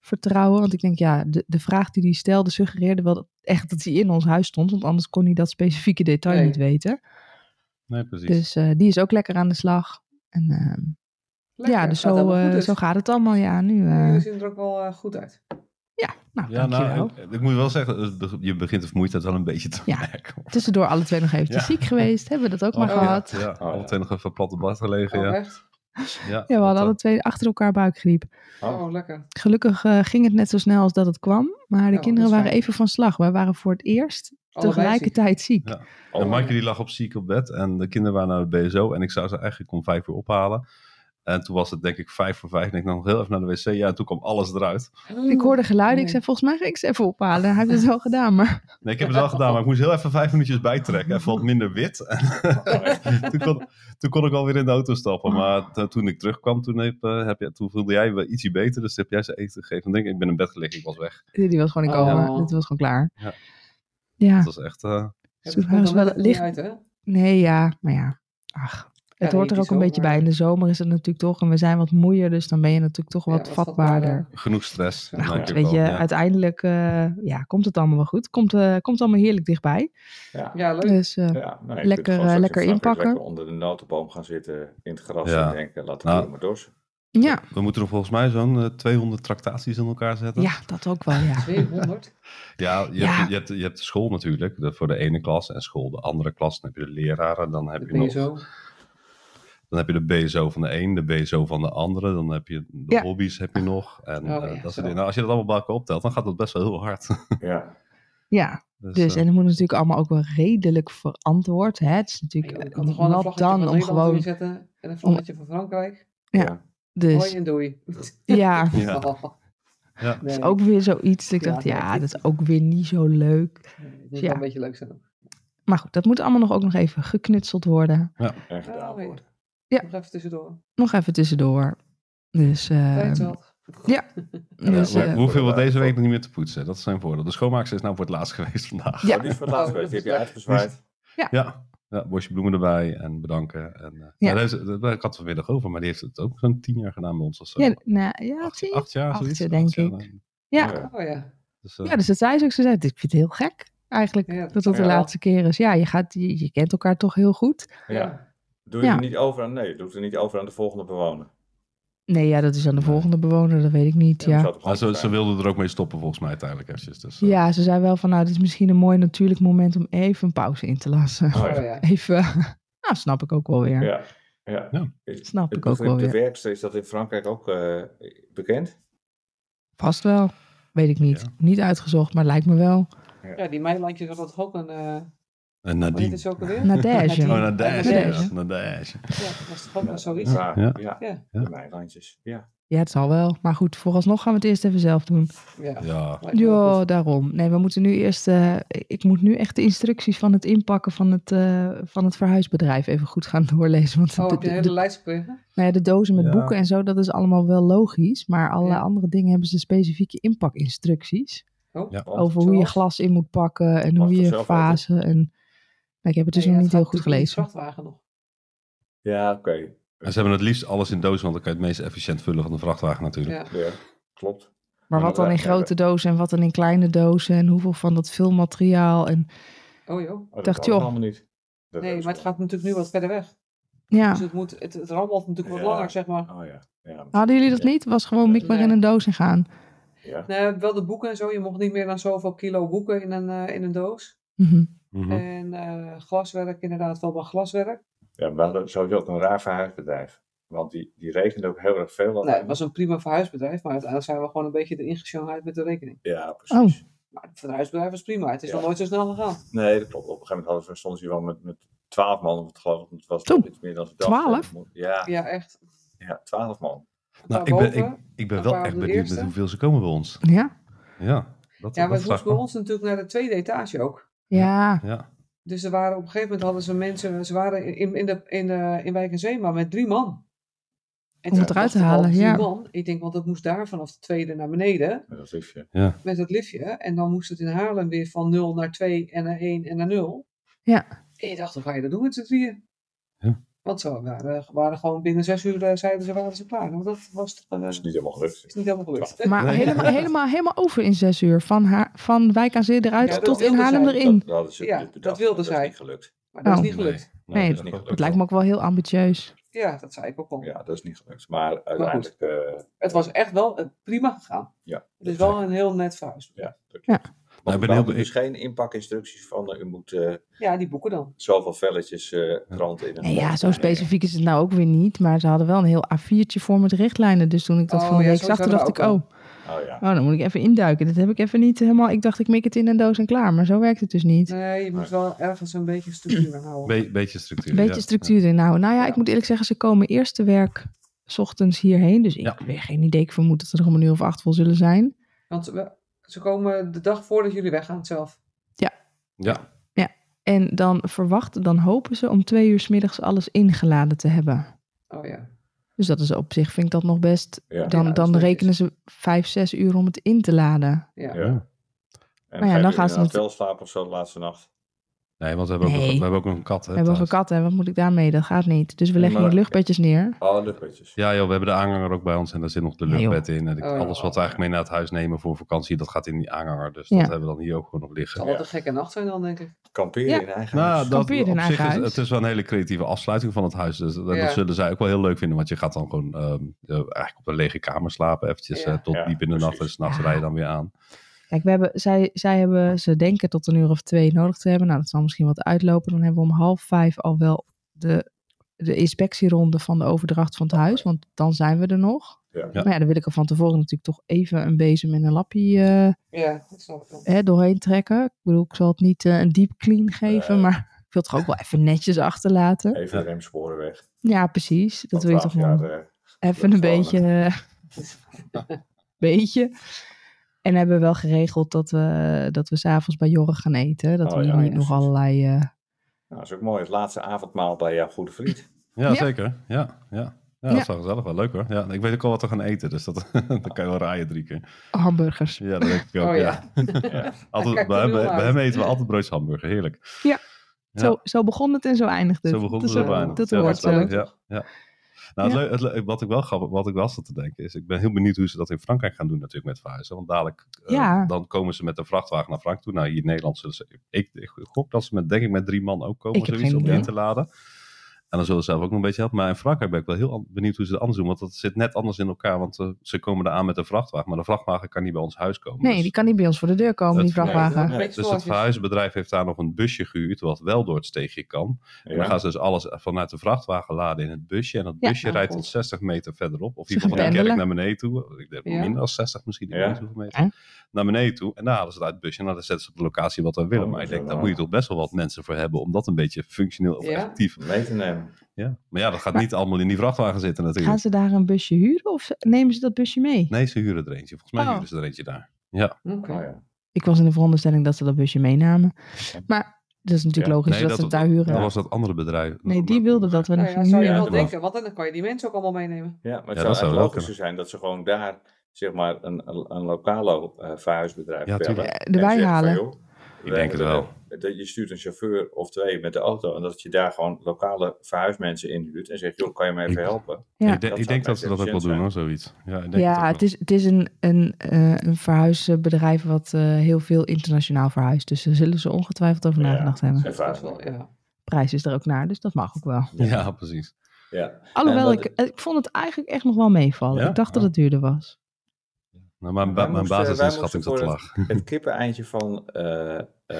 A: vertrouwen. Want ik denk, ja, de, de vraag die hij stelde suggereerde wel dat, echt dat hij in ons huis stond. Want anders kon hij dat specifieke detail
D: Nee.
A: niet weten.
C: Nee, precies.
A: Dus eh, die is ook lekker aan de slag. En ehm,
D: Lekker,
A: ja, dus
D: gaat
A: zo,
D: helemaal goed
A: eh,
D: dus.
A: zo gaat het allemaal ja nu. eh.
D: Jullie zien er ook wel eh, goed uit.
A: ja, nou,
C: Ja,
A: dankjewel.
C: nou, ik, ik moet wel zeggen, eh, de- je begint de vermoeidheid wel een beetje te
A: Ja.
C: merken. hoor.
A: Tussendoor alle twee nog eventjes
C: Ja.
A: ziek geweest. Hebben we dat ook maar
C: Oh, ja,
A: gehad.
C: Ja, alle twee nog even plat op bad gelegen.
D: Oh,
C: Ja,
D: echt?
C: ja,
A: Ja, we hadden alle
C: dat, eh,
A: twee achter elkaar buikgriep.
B: Oh.
D: Oh, lekker.
A: Gelukkig eh, ging het net zo snel als dat het kwam. Maar de
D: dat
A: kinderen
D: is
A: waren
D: fijn.
A: even van slag. Wij waren voor het eerst
D: Allebei
A: tegelijkertijd ziek.
C: Ja.
B: Oh.
C: eh, en Maaike die lag op ziek op bed en de kinderen waren naar de BSO en ik zou ze eigenlijk om vijf uur ophalen. En toen was het denk ik vijf voor vijf en ik nam nog heel even naar de wc. Ja, en toen kwam alles eruit.
D: ziek.
A: Ik hoorde geluiden. Ik
D: Nee.
A: zei, volgens mij ga ik ze even ophalen. Hij heeft het wel gedaan, maar
C: Nee, ik heb het wel gedaan, maar ik moest heel even vijf minuutjes bijtrekken. Even wat minder wit. toen, kon, toen kon ik alweer in de auto stappen. Maar t- toen ik terugkwam, toen, heb, eh, heb je, toen voelde jij wel ietsje beter. Dus toen heb jij ze eten gegeven. En denk ik, ik ben in bed gelegen, ik was weg.
A: die was gewoon in
D: Oh.
A: coma. Dit was gewoon klaar.
C: Ja.
A: Ja,
C: Dat was echt... eh,
D: Ja,
A: Dus
D: dat
A: we
D: komt
A: waren
D: dan
A: wel
D: net niet
A: licht-
D: uit, hè?
A: nee, ja, maar ja. Ach, het
D: Ja,
A: hoort er
D: dat
A: ook een
D: is
A: beetje
D: ook,
A: bij.
D: maar-
A: In de zomer is het natuurlijk toch, en we zijn wat moeier, dus dan ben je natuurlijk toch
D: Ja,
A: wat
D: wat
A: vatbaarder.
D: vatbaarder.
C: genoeg stress.
D: Nou
C: Ja,
B: goed,
C: ik heb
A: Weet
C: wel,
A: je,
C: ja.
A: uiteindelijk eh, ja, komt het allemaal wel goed. Komt, eh, komt allemaal heerlijk dichtbij.
B: Ja.
D: Ja, leuk.
A: Dus eh,
B: Ja, nou, je
A: Lekker,
B: kunt gewoon
A: eh,
B: straks
A: lekker
B: in Frankrijk
A: inpakken.
B: Lekker onder de notenboom gaan zitten, in het gras
C: Ja.
B: en denken, laat de
C: Nou.
B: boer maar dorsen.
A: ja.
C: We moeten er volgens mij zo'n eh, 200 tractaties in elkaar zetten.
A: ja, dat ook wel, ja.
D: 200.
C: Ja, je,
A: Ja.
C: Hebt, je, hebt, je hebt de school natuurlijk, de, voor de ene klas. En school de andere klas. Dan heb je de leraren. Dan heb,
D: Dat
C: je
D: ben je
C: nog,
D: zo.
C: dan heb je de BSO van de een, de BSO van de andere. Dan heb je de
A: Ja. Ah.
C: hobby's heb je nog. En eh,
D: Oh, ja,
C: dat soort
D: zo.
C: dingen. Nou, als je dat allemaal bij elkaar optelt, dan gaat dat best wel heel hard.
B: Ja,
A: Ja,
C: Dus,
A: dus
C: eh,
A: en het moet natuurlijk allemaal ook wel redelijk verantwoord. Hè? Het is
D: Ja,
A: natuurlijk
D: joh, je
A: eh,
D: kan er gewoon een
A: nat
D: vlaggetje van
A: dan om
D: Nederland
A: gewoon...
D: zetten en een vlaggetje van Frankrijk.
A: Ja,
D: Hoi
A: Dus
D: en doei.
A: ja, het
C: Ja. Ja.
D: Nee,
A: is ook weer zoiets. dat Ik
D: Ja,
A: dacht,
D: nee,
A: ja,
D: ik-
A: dat is ook weer niet zo leuk.
D: nee, het moet
A: Ja.
D: wel een beetje leuk zijn.
A: Maar goed, dat moet allemaal nog ook nog even geknutseld worden.
B: en gedaan
D: Ah, nee.
B: worden.
A: Ja. Ehm,
D: Nog even tussendoor.
A: Nog even tussendoor. Dus, eh,
D: Tijd zat.
A: ja. dus
C: hoe-
A: eh,
C: hoeveel we deze week nog niet meer te poetsen? Dat is zijn voordeel. De schoonmaakster is nou voor het laatst geweest vandaag.
A: Ja.
B: Ja. die is voor het laatst
D: Oh,
B: geweest, die
D: dat
B: heb je
D: is
B: uitgezwaaid.
C: Ja, ja bosje bloemen erbij en bedanken. En, eh,
A: Ja.
C: nou, dat, is- dat- ik had het vanmiddag over, maar die heeft het ook zo'n tien jaar gedaan bij ons. Of zo.
A: ja, nou, ja,
C: acht,
A: zie je?
C: acht jaar,
A: Acht
C: zoiets.
A: jaar, denk
C: jaar,
A: ik.
C: nou,
A: Ja.
D: Oh ja.
C: dus, eh,
A: Ja, dus dat zei ze ook. Ze zei, ik vind het heel gek eigenlijk
D: Ja,
A: dat dat de
B: ja.
A: laatste keer is. Ja, je, gaat, je, je kent elkaar toch heel goed.
B: Ja.
D: Ja.
B: Doe je
A: Ja.
B: er niet over aan? Nee, doe het er niet over aan de volgende bewoner.
A: Nee, ja, dat is aan de volgende bewoner, dat weet ik niet.
B: Ja,
A: Ja,
B: zou het
C: nou,
B: toch
C: ze,
B: handig
C: ze
B: zijn?
C: wilden er ook mee stoppen volgens mij uiteindelijk eventjes. Dus, eh,
A: ja ze zei wel van, nou, dit is misschien een mooi natuurlijk moment om even een pauze in te lassen.
B: Oh,
D: Oh
B: ja.
D: ja.
A: Even, nou, snap ik ook wel weer.
B: Ja. Ja.
C: Ja.
B: Is-
A: Snap
B: Het
A: ik ook wel
B: begrip de
A: weer.
B: werkster, is dat in Frankrijk ook eh, bekend?
A: Vast wel. Weet ik niet.
C: Ja.
A: Niet uitgezocht, maar lijkt me wel.
D: Ja, die Meilandjes hadden toch ook een... eh
C: En
D: wat heet het
C: Nadine.
D: ook alweer?
A: Nadege.
D: Nadine.
C: Oh, Nadege.
A: Nadege.
C: ja, Nadege.
D: Ja, dat was toch ook wel zoiets?
B: Ja,
C: Ja.
B: ja. ja.
D: Ja.
B: in mijn landjes. Ja.
A: Ja, het zal wel. Maar goed, vooralsnog gaan we het eerst even zelf doen.
C: Ja.
D: Ja. Lijkt me wel
A: Ja,
D: goed.
A: daarom. Nee, we moeten nu eerst... eh, ik moet nu echt de instructies van het inpakken van het, eh, van het verhuisbedrijf even goed gaan doorlezen. Want
D: Oh,
A: de,
D: heb je een
A: de-
D: hele lijst gekregen?
A: nou ja, de dozen met
C: Ja.
A: boeken en zo, dat is allemaal wel logisch. Maar alle
D: Ja.
A: andere dingen hebben ze specifieke inpakinstructies.
D: Oh.
C: Ja.
B: Want-
A: over hoe je
D: zoals?
A: glas in moet pakken en
B: Mag
A: hoe
B: ik
A: je
B: vanzelf
A: fase... En, nou, ik heb het dus
D: Nee,
A: nog
D: ja,
A: niet heel
D: gaat
A: goed
D: natuurlijk in die
A: gelezen.
D: vrachtwagen nog.
B: Ja, oké.
C: En ze hebben het liefst alles in dozen, want dan kan je het meest efficiënt vullen van de vrachtwagen natuurlijk.
D: Ja.
B: Ja, klopt. Oh,
A: Maar
B: Ja,
A: wat dan in
B: ja, ja.
A: grote dozen en wat dan in kleine dozen en hoeveel van dat filmmateriaal en
D: Oh joh.
B: Oh, dat
A: Dacht,
B: wou ik
A: joh.
B: allemaal niet. Dat
D: Nee,
B: is
D: maar het gaat natuurlijk nu wat verder weg.
A: ja.
D: Dus het, moet, het, het rammelt natuurlijk wat
B: Ja.
D: langer, zeg maar.
B: Oh ja. ja.
A: Hadden jullie dat
B: Ja.
A: niet? Was gewoon mikbaar
D: Nee.
A: in een doos en gaan.
B: Ja.
D: Nee, wel de boeken en zo. Je mocht niet meer dan zoveel kilo boeken in een, eh, in een doos.
A: Mhm.
C: Mhm.
D: En eh, glaswerk, inderdaad, wel wat glaswerk.
B: ja, we hadden sowieso ook een raar verhuisbedrijf. Want die, die rekende ook heel erg veel. aan
D: Nee,
B: mij.
D: het was een prima verhuisbedrijf, maar uiteindelijk zijn we gewoon een beetje erin gesjongeerd met de rekening.
B: Ja, precies.
D: Maar het verhuisbedrijf was prima. Het is
B: Ja.
D: nog nooit zo snel gegaan.
B: Nee, dat klopt. Op een gegeven moment hadden we soms hier wel met, met 12 man. Want geloof ik, het was
A: Zo,
B: nog iets meer dan ze dachten.
A: 12?
B: Ja,
D: Ja, echt.
B: ja, 12 man.
C: Nou, ik
D: daarboven,
C: ben, ik, ik ben
D: een
C: wel
D: paar op
C: echt
D: de
C: benieuwd met
D: eerste.
C: hoeveel ze komen bij ons.
A: Ja?
C: Ja, dat,
D: Ja, maar
C: dat
D: het moest
C: vraag
D: bij
C: ik me.
D: ons natuurlijk naar de tweede etage ook.
A: Ja.
C: Ja,
D: Dus er waren, op een gegeven moment hadden ze mensen, ze waren in, in, de, in, de, in Wijk en Zee, maar met drie man.
A: Om
D: En toen
A: het eruit te
D: dachten we al,
A: halen,
D: drie
A: ja.
D: Man. Ik denk, want dat moest daar vanaf de tweede naar beneden.
B: En Dat liefje.
D: met dat liftje. En dan moest het in Haarlem weer van 0 naar 2 en naar 1 en naar 0.
A: Ja.
D: En je dacht, hoe ga je dat doen met z'n drieën?
C: Ja.
D: Want ze waren, eh, waren gewoon binnen zes uur, eh, zeiden ze, waren ze klaar. Nou, dat was toch, eh,
B: Dat is niet helemaal gelukt.
D: is niet helemaal gelukt.
A: Maar
C: Nee.
A: helemaal, helemaal, helemaal over in zes uur. Van, haar, van Wijk aan Zee eruit
D: Ja, dat
A: tot in
D: wilde
A: Haarlem
D: zij.
A: erin.
B: Dat hadden ze
D: Ja,
B: dus bedacht,
D: dat wilde
B: maar
D: zij.
B: Dat is niet gelukt.
D: Maar dat
A: Oh.
D: is niet gelukt.
A: Nee,
B: dat
C: dat is
B: is
C: ook
B: niet
A: Het lijkt me ook wel heel ambitieus.
D: Ja, dat zei ik ook al.
B: Ja, dat is niet gelukt. Maar uiteindelijk, eh,
D: Het was echt wel eh, prima gegaan.
B: ja.
D: Het is Dus wel een heel net vuist.
B: Ja, dat
A: Ja.
B: klopt. Maar
C: Nou, ik ben
B: we
C: heel
B: hadden
C: be-
B: dus geen inpakinstructies van, eh, u moet eh,
D: Ja, die boeken dan.
B: zoveel velletjes eh krant in een
A: Nee, ja,
B: bak
A: zo
B: leggen.
A: specifiek is het nou ook weer niet. Maar ze hadden wel een heel A4'tje voor met richtlijnen. Dus toen ik dat
D: Oh,
A: van de
D: ja,
A: week
D: zo
A: zag, toen
D: zouden we
A: dacht ik,
D: ook
A: oh, oh,
B: Oh ja.
A: dan moet ik even induiken. Dat heb ik even niet helemaal... Ik dacht, ik mik het in een doos en klaar. Maar zo werkt het dus niet.
D: Nee, je moet wel ergens een beetje structuur aan houden.
C: Be- beetje structuur.
A: Een beetje
C: ja.
A: structuur in houden. Nou ja,
D: Ja.
A: ik moet eerlijk zeggen, ze komen eerst te werk 's ochtends hierheen. Dus ik
C: Ja.
A: heb weer geen idee. Ik vermoed dat er nog om een uur of acht vol zullen zijn.
D: Want we- ze komen de dag voordat jullie weggaan zelf.
C: Ja.
A: En dan verwachten, dan hopen ze om twee uur 's middags alles ingeladen te hebben.
D: Oh ja.
A: Dus dat is op zich, vind ik dat nog best.
B: Ja.
A: dan
D: ja, dat is
A: dan
D: netjes.
A: rekenen ze vijf, zes uur om het in te laden.
D: Ja.
B: Ja. En
A: ja,
B: ga je
A: dan
B: in
A: gaan
B: een
A: ze
B: hotel slapen of zo de laatste nacht.
C: Nee, want we hebben, ook,
A: Nee.
C: nog- we hebben ook nog een kat. Hè,
A: We hebben ook een
C: thuis.
A: kat, hè? Wat moet ik daarmee? Dat gaat niet. Dus we
B: Nee,
A: leggen hier
B: maar-
A: luchtbedjes neer.
B: Oh, luchtbedjes.
C: Ja joh, we hebben de aanhanger ook bij ons en daar zit nog de
A: Ja, joh.
C: luchtbed in. En ik-
D: Oh, ja.
C: alles wat we eigenlijk mee naar het huis nemen voor vakantie, dat gaat in die aanhanger. Dus
A: Ja.
C: dat hebben we dan hier ook gewoon nog
D: Het
C: liggen.
D: zal wel een gekke nacht zijn dan, denk ik.
B: Kamperen
A: Ja.
B: in eigen huis.
C: Nou, dat
A: Kampeer in
C: op
A: eigen
C: zich is,
A: huis.
C: het is wel een hele creatieve afsluiting van het huis. Dus dat, dat
D: Ja.
C: zullen zij ook wel heel leuk vinden. Want je gaat dan gewoon ehm, eh, eigenlijk op een lege kamer slapen. Eventjes
D: Ja.
C: eh, tot
B: Ja,
C: diep in de nacht.
B: precies.
C: En s'nachts
A: Ja.
C: rij je dan weer aan.
A: Kijk, we hebben, zij, zij hebben, ze denken tot een uur of twee nodig te hebben. Nou, dat zal misschien wat uitlopen. Dan hebben we om half vijf al wel de, de inspectieronde van de overdracht van het huis. Want dan zijn we er nog.
B: Ja.
C: Ja.
A: Maar ja, dan wil ik er van tevoren natuurlijk toch even een bezem en een lappie eh,
D: Ja, dat snap ik wel.
A: hè, doorheen trekken. Ik bedoel, ik zal het niet eh, een deep clean geven.
B: Nee.
A: Maar ik wil het toch ook wel even netjes achterlaten.
B: Even de remsporen weg.
A: Ja, precies. Dat wil je toch wel.
B: eh,
A: Even een
B: Leuk gewoon,
A: beetje. eh, beetje. En hebben we wel geregeld dat we, dat we s'avonds bij Jorre gaan eten. Dat
B: Oh
A: we
B: ja,
A: hier
B: ja,
A: nog
B: precies.
A: allerlei... eh,
B: Nou, dat is ook mooi. Het laatste avondmaal bij jouw goede vriend.
C: Ja,
A: Ja.
C: zeker. Ja, ja.
A: Ja.
C: Ja, dat is wel gezellig. Wel leuk hoor. Ja, ik weet ook al wat we gaan eten. Dus dat, dat kan je wel raaien drie keer.
A: hamburgers.
C: Ja, dat denk ik ook.
D: Oh,
C: ja.
B: Ja.
C: Altijd,
D: Kijk,
C: bij, hem,
D: dat wil
C: bij hem
D: uit.
C: eten we altijd broodjes hamburger. Heerlijk. Ja.
A: Zo, zo begon het en zo eindigt het.
C: Zo begon
A: Dat
C: het
A: is ook-
D: zo
C: bijna.
A: Dat
C: Ja,
A: hoort
C: dat
A: zo.
C: is wel leuk, Ja, ja. Nou, het leu- het leu- wat ik wel grappig, wat ik wel zat te denken is, ik ben heel benieuwd hoe ze dat in Frankrijk gaan doen natuurlijk met verhuizen. Want dadelijk, eh,
A: Ja.
C: dan komen ze met de vrachtwagen naar Frank toe. Nou, hier in Nederland zullen ze, ik, ik gok dat ze met, denk ik met drie man ook komen
A: Ik heb
C: zoiets
A: geen
C: om die
A: idee.
C: in te laden. En dan zullen ze zelf ook nog een beetje helpen. Maar in Frankrijk ben ik wel heel an- benieuwd hoe ze het anders doen. Want dat zit net anders in elkaar. Want eh, ze komen daar aan met de vrachtwagen. Maar de vrachtwagen kan niet bij ons huis komen.
A: Nee,
C: Dus-
A: die kan niet bij ons voor de deur komen,
C: Dat-
A: die vrachtwagen.
D: Nee,
C: Nee, dus het verhuisbedrijf heeft daar nog een busje gehuurd. Wat wel door het steegje kan. En dan gaan ze dus alles vanuit de vrachtwagen laden in het busje. En dat
A: Ja. ah,
C: busje
D: Oh,
C: rijdt
D: God.
C: tot 60 meter verderop. Of
A: Ze
C: hier van de
A: gaan
C: kerk
A: pendelen.
C: naar beneden toe. Ik denk
D: Ja.
C: minder dan 60 misschien. Ik
B: Ja.
C: weet niet hoeveel meter.
A: Ja.
C: Naar beneden toe. En daar halen ze het uit het busje. En dan zetten ze op de locatie wat we willen.
B: Oh,
C: maar
B: dat
C: ik
B: is
C: denk,
B: wel
C: daar moet je toch best wel wat mensen voor hebben. Om dat een beetje functioneel of
D: Ja.
C: effectief.
B: Mee te nemen.
C: Ja. Maar ja, dat gaat
A: Maar-
C: niet allemaal in die vrachtwagen zitten natuurlijk.
A: Gaan ze daar een busje huren of ze- nemen ze dat busje mee?
C: Nee, ze huren er eentje. Volgens mij
A: Oh.
C: huren ze er eentje daar.
D: Oké.
B: Oh, ja.
A: Ik was in de veronderstelling dat ze dat busje meenamen. Maar dat is natuurlijk
B: Ja.
A: logisch
C: Nee,
A: dat,
C: dat
A: ze het
C: was-
A: daar huren.
C: Dat was dat andere bedrijf.
A: Nee, die wilde dat we
D: Nou
A: het
D: ja,
A: gaan
D: zou je
A: huren.
D: wel
C: Ja.
D: denken, want dan kan je die mensen ook allemaal meenemen.
B: ja, maar
C: Ja,
B: het
C: dat
B: zou
C: zou
B: het
C: wel
B: logischer
C: kunnen.
B: zijn dat ze gewoon daar zeg maar een, een, een lokalo eh, verhuisbedrijf
C: Ja,
B: bellen.
C: tuurlijk.
A: Eh,
B: En
A: Erbij
B: zeggen van,
A: halen.
B: joh,
C: Ik
B: we
C: denk het
B: hebben
C: wel.
B: de- Dat je stuurt een chauffeur of twee met de auto en dat je daar gewoon lokale verhuismensen inhuurt en zegt, joh, kan je me even
C: Ik-
B: helpen?
A: Ja.
C: Ik, de-
B: Dat
C: ik
B: zou
C: denk dat
B: best
C: ze dat ook wel
B: efficiënt
C: doen
B: zijn.
C: hoor, zoiets. Ja, ik denk
A: Ja,
C: ook
A: het is, het is een, een, eh, een verhuisbedrijf wat eh, heel veel internationaal verhuist. Dus daar zullen ze ongetwijfeld over
B: Ja.
A: nagedacht hebben.
B: En
D: Dat is wel,
B: verhuismensen.
D: ja.
A: Prijs is er ook naar, dus dat mag ook wel.
C: wel. Ja, precies.
B: Ja.
A: Alhoewel,
B: En
A: ik,
B: dat-
A: ik vond het eigenlijk echt nog wel meevallen.
C: Ja?
A: Ik dacht dat
C: Oh.
A: het duurder was.
C: Nou, mijn,
B: Wij
C: ba- mijn
B: moesten- wij
C: basisinschatting
B: moesten
C: zat te
B: voor
C: laag.
B: Het kippeneindje van eh eh,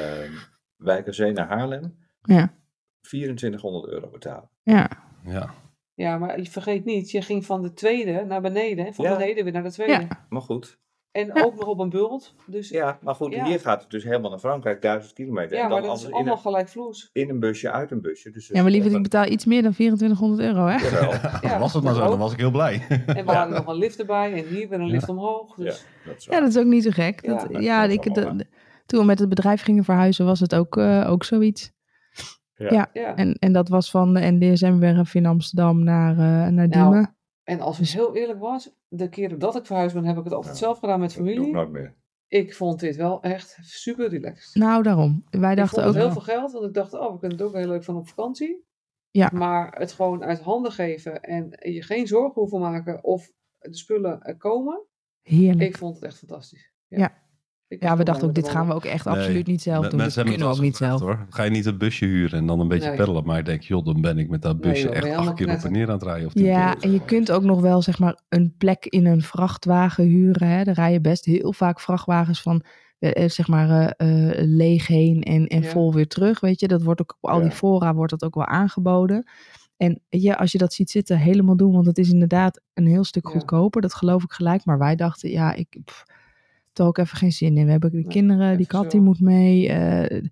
B: Wijk aan Zee naar Haarlem,
A: Ja,
B: 2400 euro betalen.
A: ja.
C: Ja,
D: ja, maar je vergeet niet, je ging van de tweede naar beneden en van
B: Ja.
D: beneden weer naar de tweede.
B: Maar goed,
D: En ook nog op een bult. Dus ja,
B: Ja, maar goed,
D: Ja.
B: hier gaat het dus helemaal naar Frankrijk, duizend kilometer. en
D: maar
B: dan
D: dat
B: als
D: is
B: in,
D: allemaal
B: een,
D: gelijkvloers.
B: in een busje, uit een busje. Dus
A: ja, maar liever, ik
B: dat
A: betaal iets meer dan 2400 euro, hè?
D: Ja,
C: was het maar
D: dat
C: zo, dan
D: ook.
C: was ik heel blij.
D: En we
B: Ja.
D: hadden nog een lift erbij en hier weer een
C: Ja.
D: lift omhoog.
B: Ja,
D: Dus
B: dat is
A: Ja,
B: waar.
A: dat is ook niet zo gek.
D: Ja,
A: Dat,
B: dat
A: ja,
B: is
A: ik,
B: allemaal
A: dat- toen we met het bedrijf gingen verhuizen, was het ook, eh, ook zoiets.
D: ja.
A: En, en dat was van de NDSM-werf in Amsterdam naar, eh, naar
D: Nou,
A: Diemen.
D: En als
A: Dus
D: ik heel eerlijk was, de keren dat ik verhuisd ben, heb ik het altijd
B: Ja.
D: zelf gedaan met
B: Dat doe ik
D: familie.
B: nooit meer.
D: Ik vond dit wel echt super relaxed.
A: Nou, daarom. Wij
D: ik
A: dachten
D: vond
A: ook,
D: het heel veel geld, want ik dacht, oh, we kunnen het ook heel leuk van op vakantie.
A: Ja.
D: Maar het gewoon uit handen geven en je geen zorgen hoeven maken of de spullen er komen.
A: heerlijk.
D: Ik vond het echt fantastisch. Ik
A: Ja, we
D: dacht,
A: dachten ook, dit
D: nou,
A: gaan we ook echt
C: Nee.
A: absoluut niet zelf
C: Me-
A: doen. Dit
C: mensen
A: kunnen
C: hebben
A: we
C: het
A: ook niet
C: wel eens
A: zelf.
C: gevraagd, Hoor. Ga je niet een busje huren en dan een beetje
D: Nee.
C: peddelen. Maar ik denk, joh, dan ben ik met dat
D: Nee,
C: busje
D: joh, ben je
C: echt acht
D: helemaal
C: keer op en
D: knetter.
C: neer aan het rijden. Of tien keer.
A: Ja, en je kunt ook nog wel zeg maar een plek in een vrachtwagen huren. Hè. Er rijden best heel vaak vrachtwagens van eh, eh, zeg maar eh, eh, leeg heen en, en
D: Ja.
A: vol weer terug. Weet je, dat wordt ook op al die
B: Ja.
A: fora wordt dat ook wel aangeboden. En eh, ja, als je dat ziet zitten, helemaal doen, want het is inderdaad een heel stuk
D: Ja.
A: goedkoper. Dat geloof ik gelijk. Maar wij dachten, ja, ik pff, heb er ook even geen zin in. We hebben de kinderen, die
B: even
A: kat
B: zo.
A: die moet mee. eh,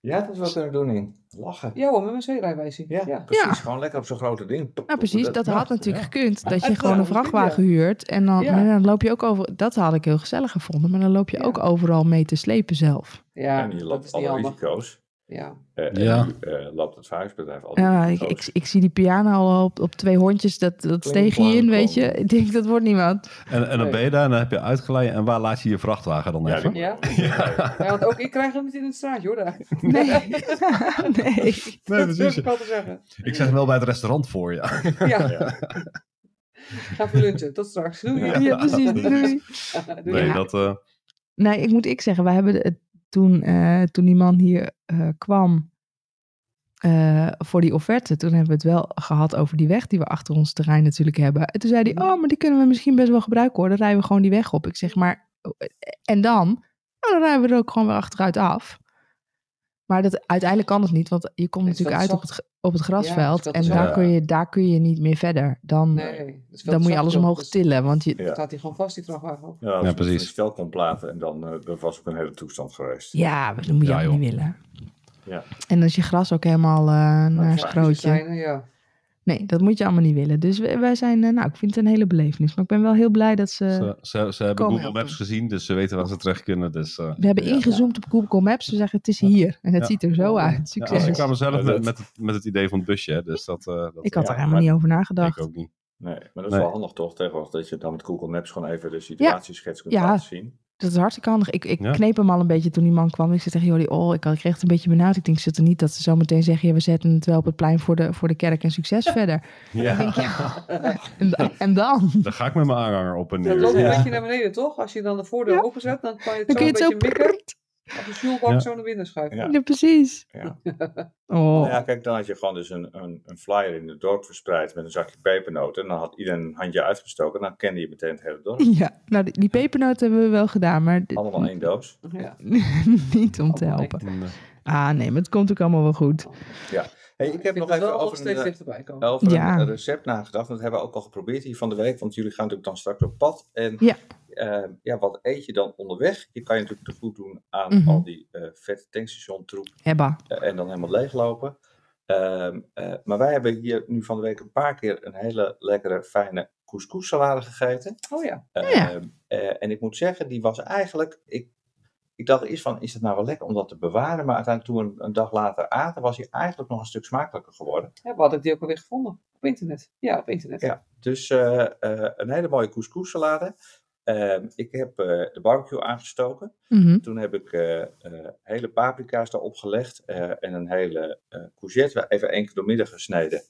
B: Jij had het wel kunnen doen in lachen.
D: Ja hoor, met mijn zeerijwijs. Ja.
B: Ja,
D: ja.
B: precies.
A: Ja.
B: Gewoon lekker op zo'n grote ding. Pop,
A: Nou,
B: pop,
A: precies. Dat had natuurlijk
C: ja.
A: gekund. Dat
D: Ja,
A: je
D: dat
A: gewoon een
D: is goed, ja.
A: vrachtwagen huurt. En dan,
D: Ja.
A: maar dan loop je ook over. Dat had ik heel gezellig gevonden. Maar dan loop je
D: Ja.
A: ook overal mee te slepen zelf.
B: En je
D: dat
B: loopt
D: is niet
B: alle
D: handig.
B: risico's.
D: Ja.
B: Eh, en
C: Ja.
B: nu, eh, loopt het verhuisbedrijf al die
A: Ja, ik,
B: risico's.
A: ik, ik zie die piano al op, op twee hondjes. Dat, dat
B: Kling,
A: steeg je in,
B: klang,
A: weet je.
B: klang.
A: Ik denk, dat wordt niemand.
C: En, en dan
D: Nee.
C: ben je daar en dan heb je uitgeleid. En waar laat je je vrachtwagen dan
B: Ja,
C: even?
B: die-
D: Ja.
B: Ja.
D: Ja, want ook ik krijg hem niet in het straatje hoor. Daar.
A: Nee. nee.
C: Nee,
D: dat durf
C: precies.
D: ik al te zeggen.
C: Ik zet hem wel bij het restaurant voor je.
D: Ja.
B: Ja.
D: Ga voor lunchen. Tot straks. Doei.
A: Ja, precies. Doei.
D: Doei.
C: Nee,
A: Ja.
C: dat... eh,
A: Nee, ik moet ik zeggen, wij hebben het toen, eh, toen die man hier eh, kwam eh, voor die offerte, toen hebben we het wel gehad over die weg die we achter ons terrein natuurlijk hebben. En toen zei hij, oh, maar die kunnen we misschien best wel gebruiken hoor, dan rijden we gewoon die weg op. Ik zeg maar, eh, en dan? Nou, dan rijden we er ook gewoon weer achteruit af. Maar dat, uiteindelijk kan het niet, want je komt
D: Het is
A: natuurlijk
D: wel
A: uit
D: te
A: op het, ge- op het grasveld
D: wel te
A: en daar,
C: zacht.
A: kun je, daar kun je niet meer verder. Dan,
D: Nee, dat is veel
A: dan
D: te
A: moet je
D: zacht,
A: alles
D: joh.
A: omhoog
D: Dus
A: tillen, want je,
B: Ja.
D: staat hij gewoon vast, die vrachtwagen. ook.
B: Ja,
C: Ja,
B: als
C: precies.
B: precies. stel kon platen en dan eh, dat was ook een hele toestand geweest.
A: Ja, maar dat moet je
C: Ja,
A: ook
C: joh.
A: niet willen.
B: Ja.
A: En dan is je gras ook helemaal eh naar
D: Ja,
A: schrootje.
D: Steinen, Ja.
A: Nee, dat moet je allemaal niet willen. Dus wij, wij zijn, eh, nou, ik vind het een hele belevenis. Maar ik ben wel heel blij dat ze...
C: ze, ze, ze hebben
A: Kom
C: Google
A: helpen.
C: Maps gezien, dus ze weten waar ze terecht kunnen. Dus, eh,
A: We hebben
C: ja.
A: ingezoomd op Google Maps. Ze zeggen, het is hier. En het
C: Ja.
A: ziet er zo
D: Ja.
A: uit.
C: Ja,
A: Succes.
C: ze kwamen zelf
B: Ja,
C: met,
B: dat-
C: met, het, met het idee van het busje. hè, Dus dat, eh, dat
A: ik had
B: Ja,
A: er helemaal
B: maar-
A: niet over
C: ik
A: nagedacht.
C: ook niet.
B: Nee, maar dat is
C: Nee.
B: wel handig toch tegenwoordig dat je dan met Google Maps gewoon even de situatieschets kunt
A: Ja.
B: laten zien.
A: Dat is hartstikke handig. Ik, ik
C: Ja.
A: kneep hem al een beetje toen die man kwam. Ik zei tegen jullie, oh, ik, had, ik kreeg het een beetje benauwd. Ik denk, zit er niet dat ze zo meteen zeggen... Ja, we zetten het wel op het plein voor de, voor de kerk en succes verder. Ik denk, ja, en, da- en dan?
C: Daar ga ik met mijn aanhanger op en
D: Dat
C: neer.
D: loopt
B: Ja.
D: een beetje naar beneden, toch? Als je dan de voordeur
A: Ja.
D: openzet, dan kan je het
A: Dan
D: zo
A: kun je
D: een
A: het zo...
D: beetje mikken.
A: prrrt.
D: Als een sjoelbak
C: Ja.
D: zo naar binnen schuiven.
B: Ja.
A: Ja, precies.
B: Ja.
A: Oh.
B: Nou ja, kijk, dan had je gewoon dus een, een, een flyer in het dorp verspreid met een zakje pepernoten. En dan had iedereen een handje uitgestoken en dan kende je meteen het hele dorp.
A: Ja, nou die, die pepernoten hebben we wel gedaan, maar dit-
B: Allemaal één doos.
D: Ja.
A: niet om te
D: Allemaal
A: helpen.
C: Nee.
A: Ah nee, maar het komt ook allemaal wel goed.
B: Hey, ik heb
D: vind
B: nog
D: dat
B: even
D: wel nog
B: over
D: steeds
B: een, eh,
D: dichterbij komen.
B: over
A: Ja.
B: een recept nagedacht. Dat hebben we ook al geprobeerd hier van de week. Want jullie gaan natuurlijk dan straks op pad. En
A: Ja.
B: eh, ja, wat eet je dan onderweg? Je kan je natuurlijk te goed doen aan
A: Mhm.
B: al die eh vette tankstation troep.
A: Hebba.
B: Eh, en dan helemaal leeglopen. Ehm, eh, maar wij hebben hier nu van de week een paar keer een hele lekkere, fijne couscous-salade gegeten.
D: Oh ja.
A: Ja.
B: Ehm, eh, en ik moet zeggen, die was eigenlijk. Ik, ik dacht eerst van: is het nou wel lekker om dat te bewaren? Maar uiteindelijk, toen we een, een dag later aten, was hij eigenlijk nog een stuk smakelijker geworden.
D: ja, wat had ik die ook alweer gevonden? Op internet. Ja, op internet.
B: Ja. Dus eh, eh, een hele mooie couscous-salade. Ehm, ik heb eh, de barbecue aangestoken.
A: Mhm.
B: Toen heb ik eh, eh, hele paprika's daarop gelegd eh, en een hele eh courgette even één keer door midden gesneden.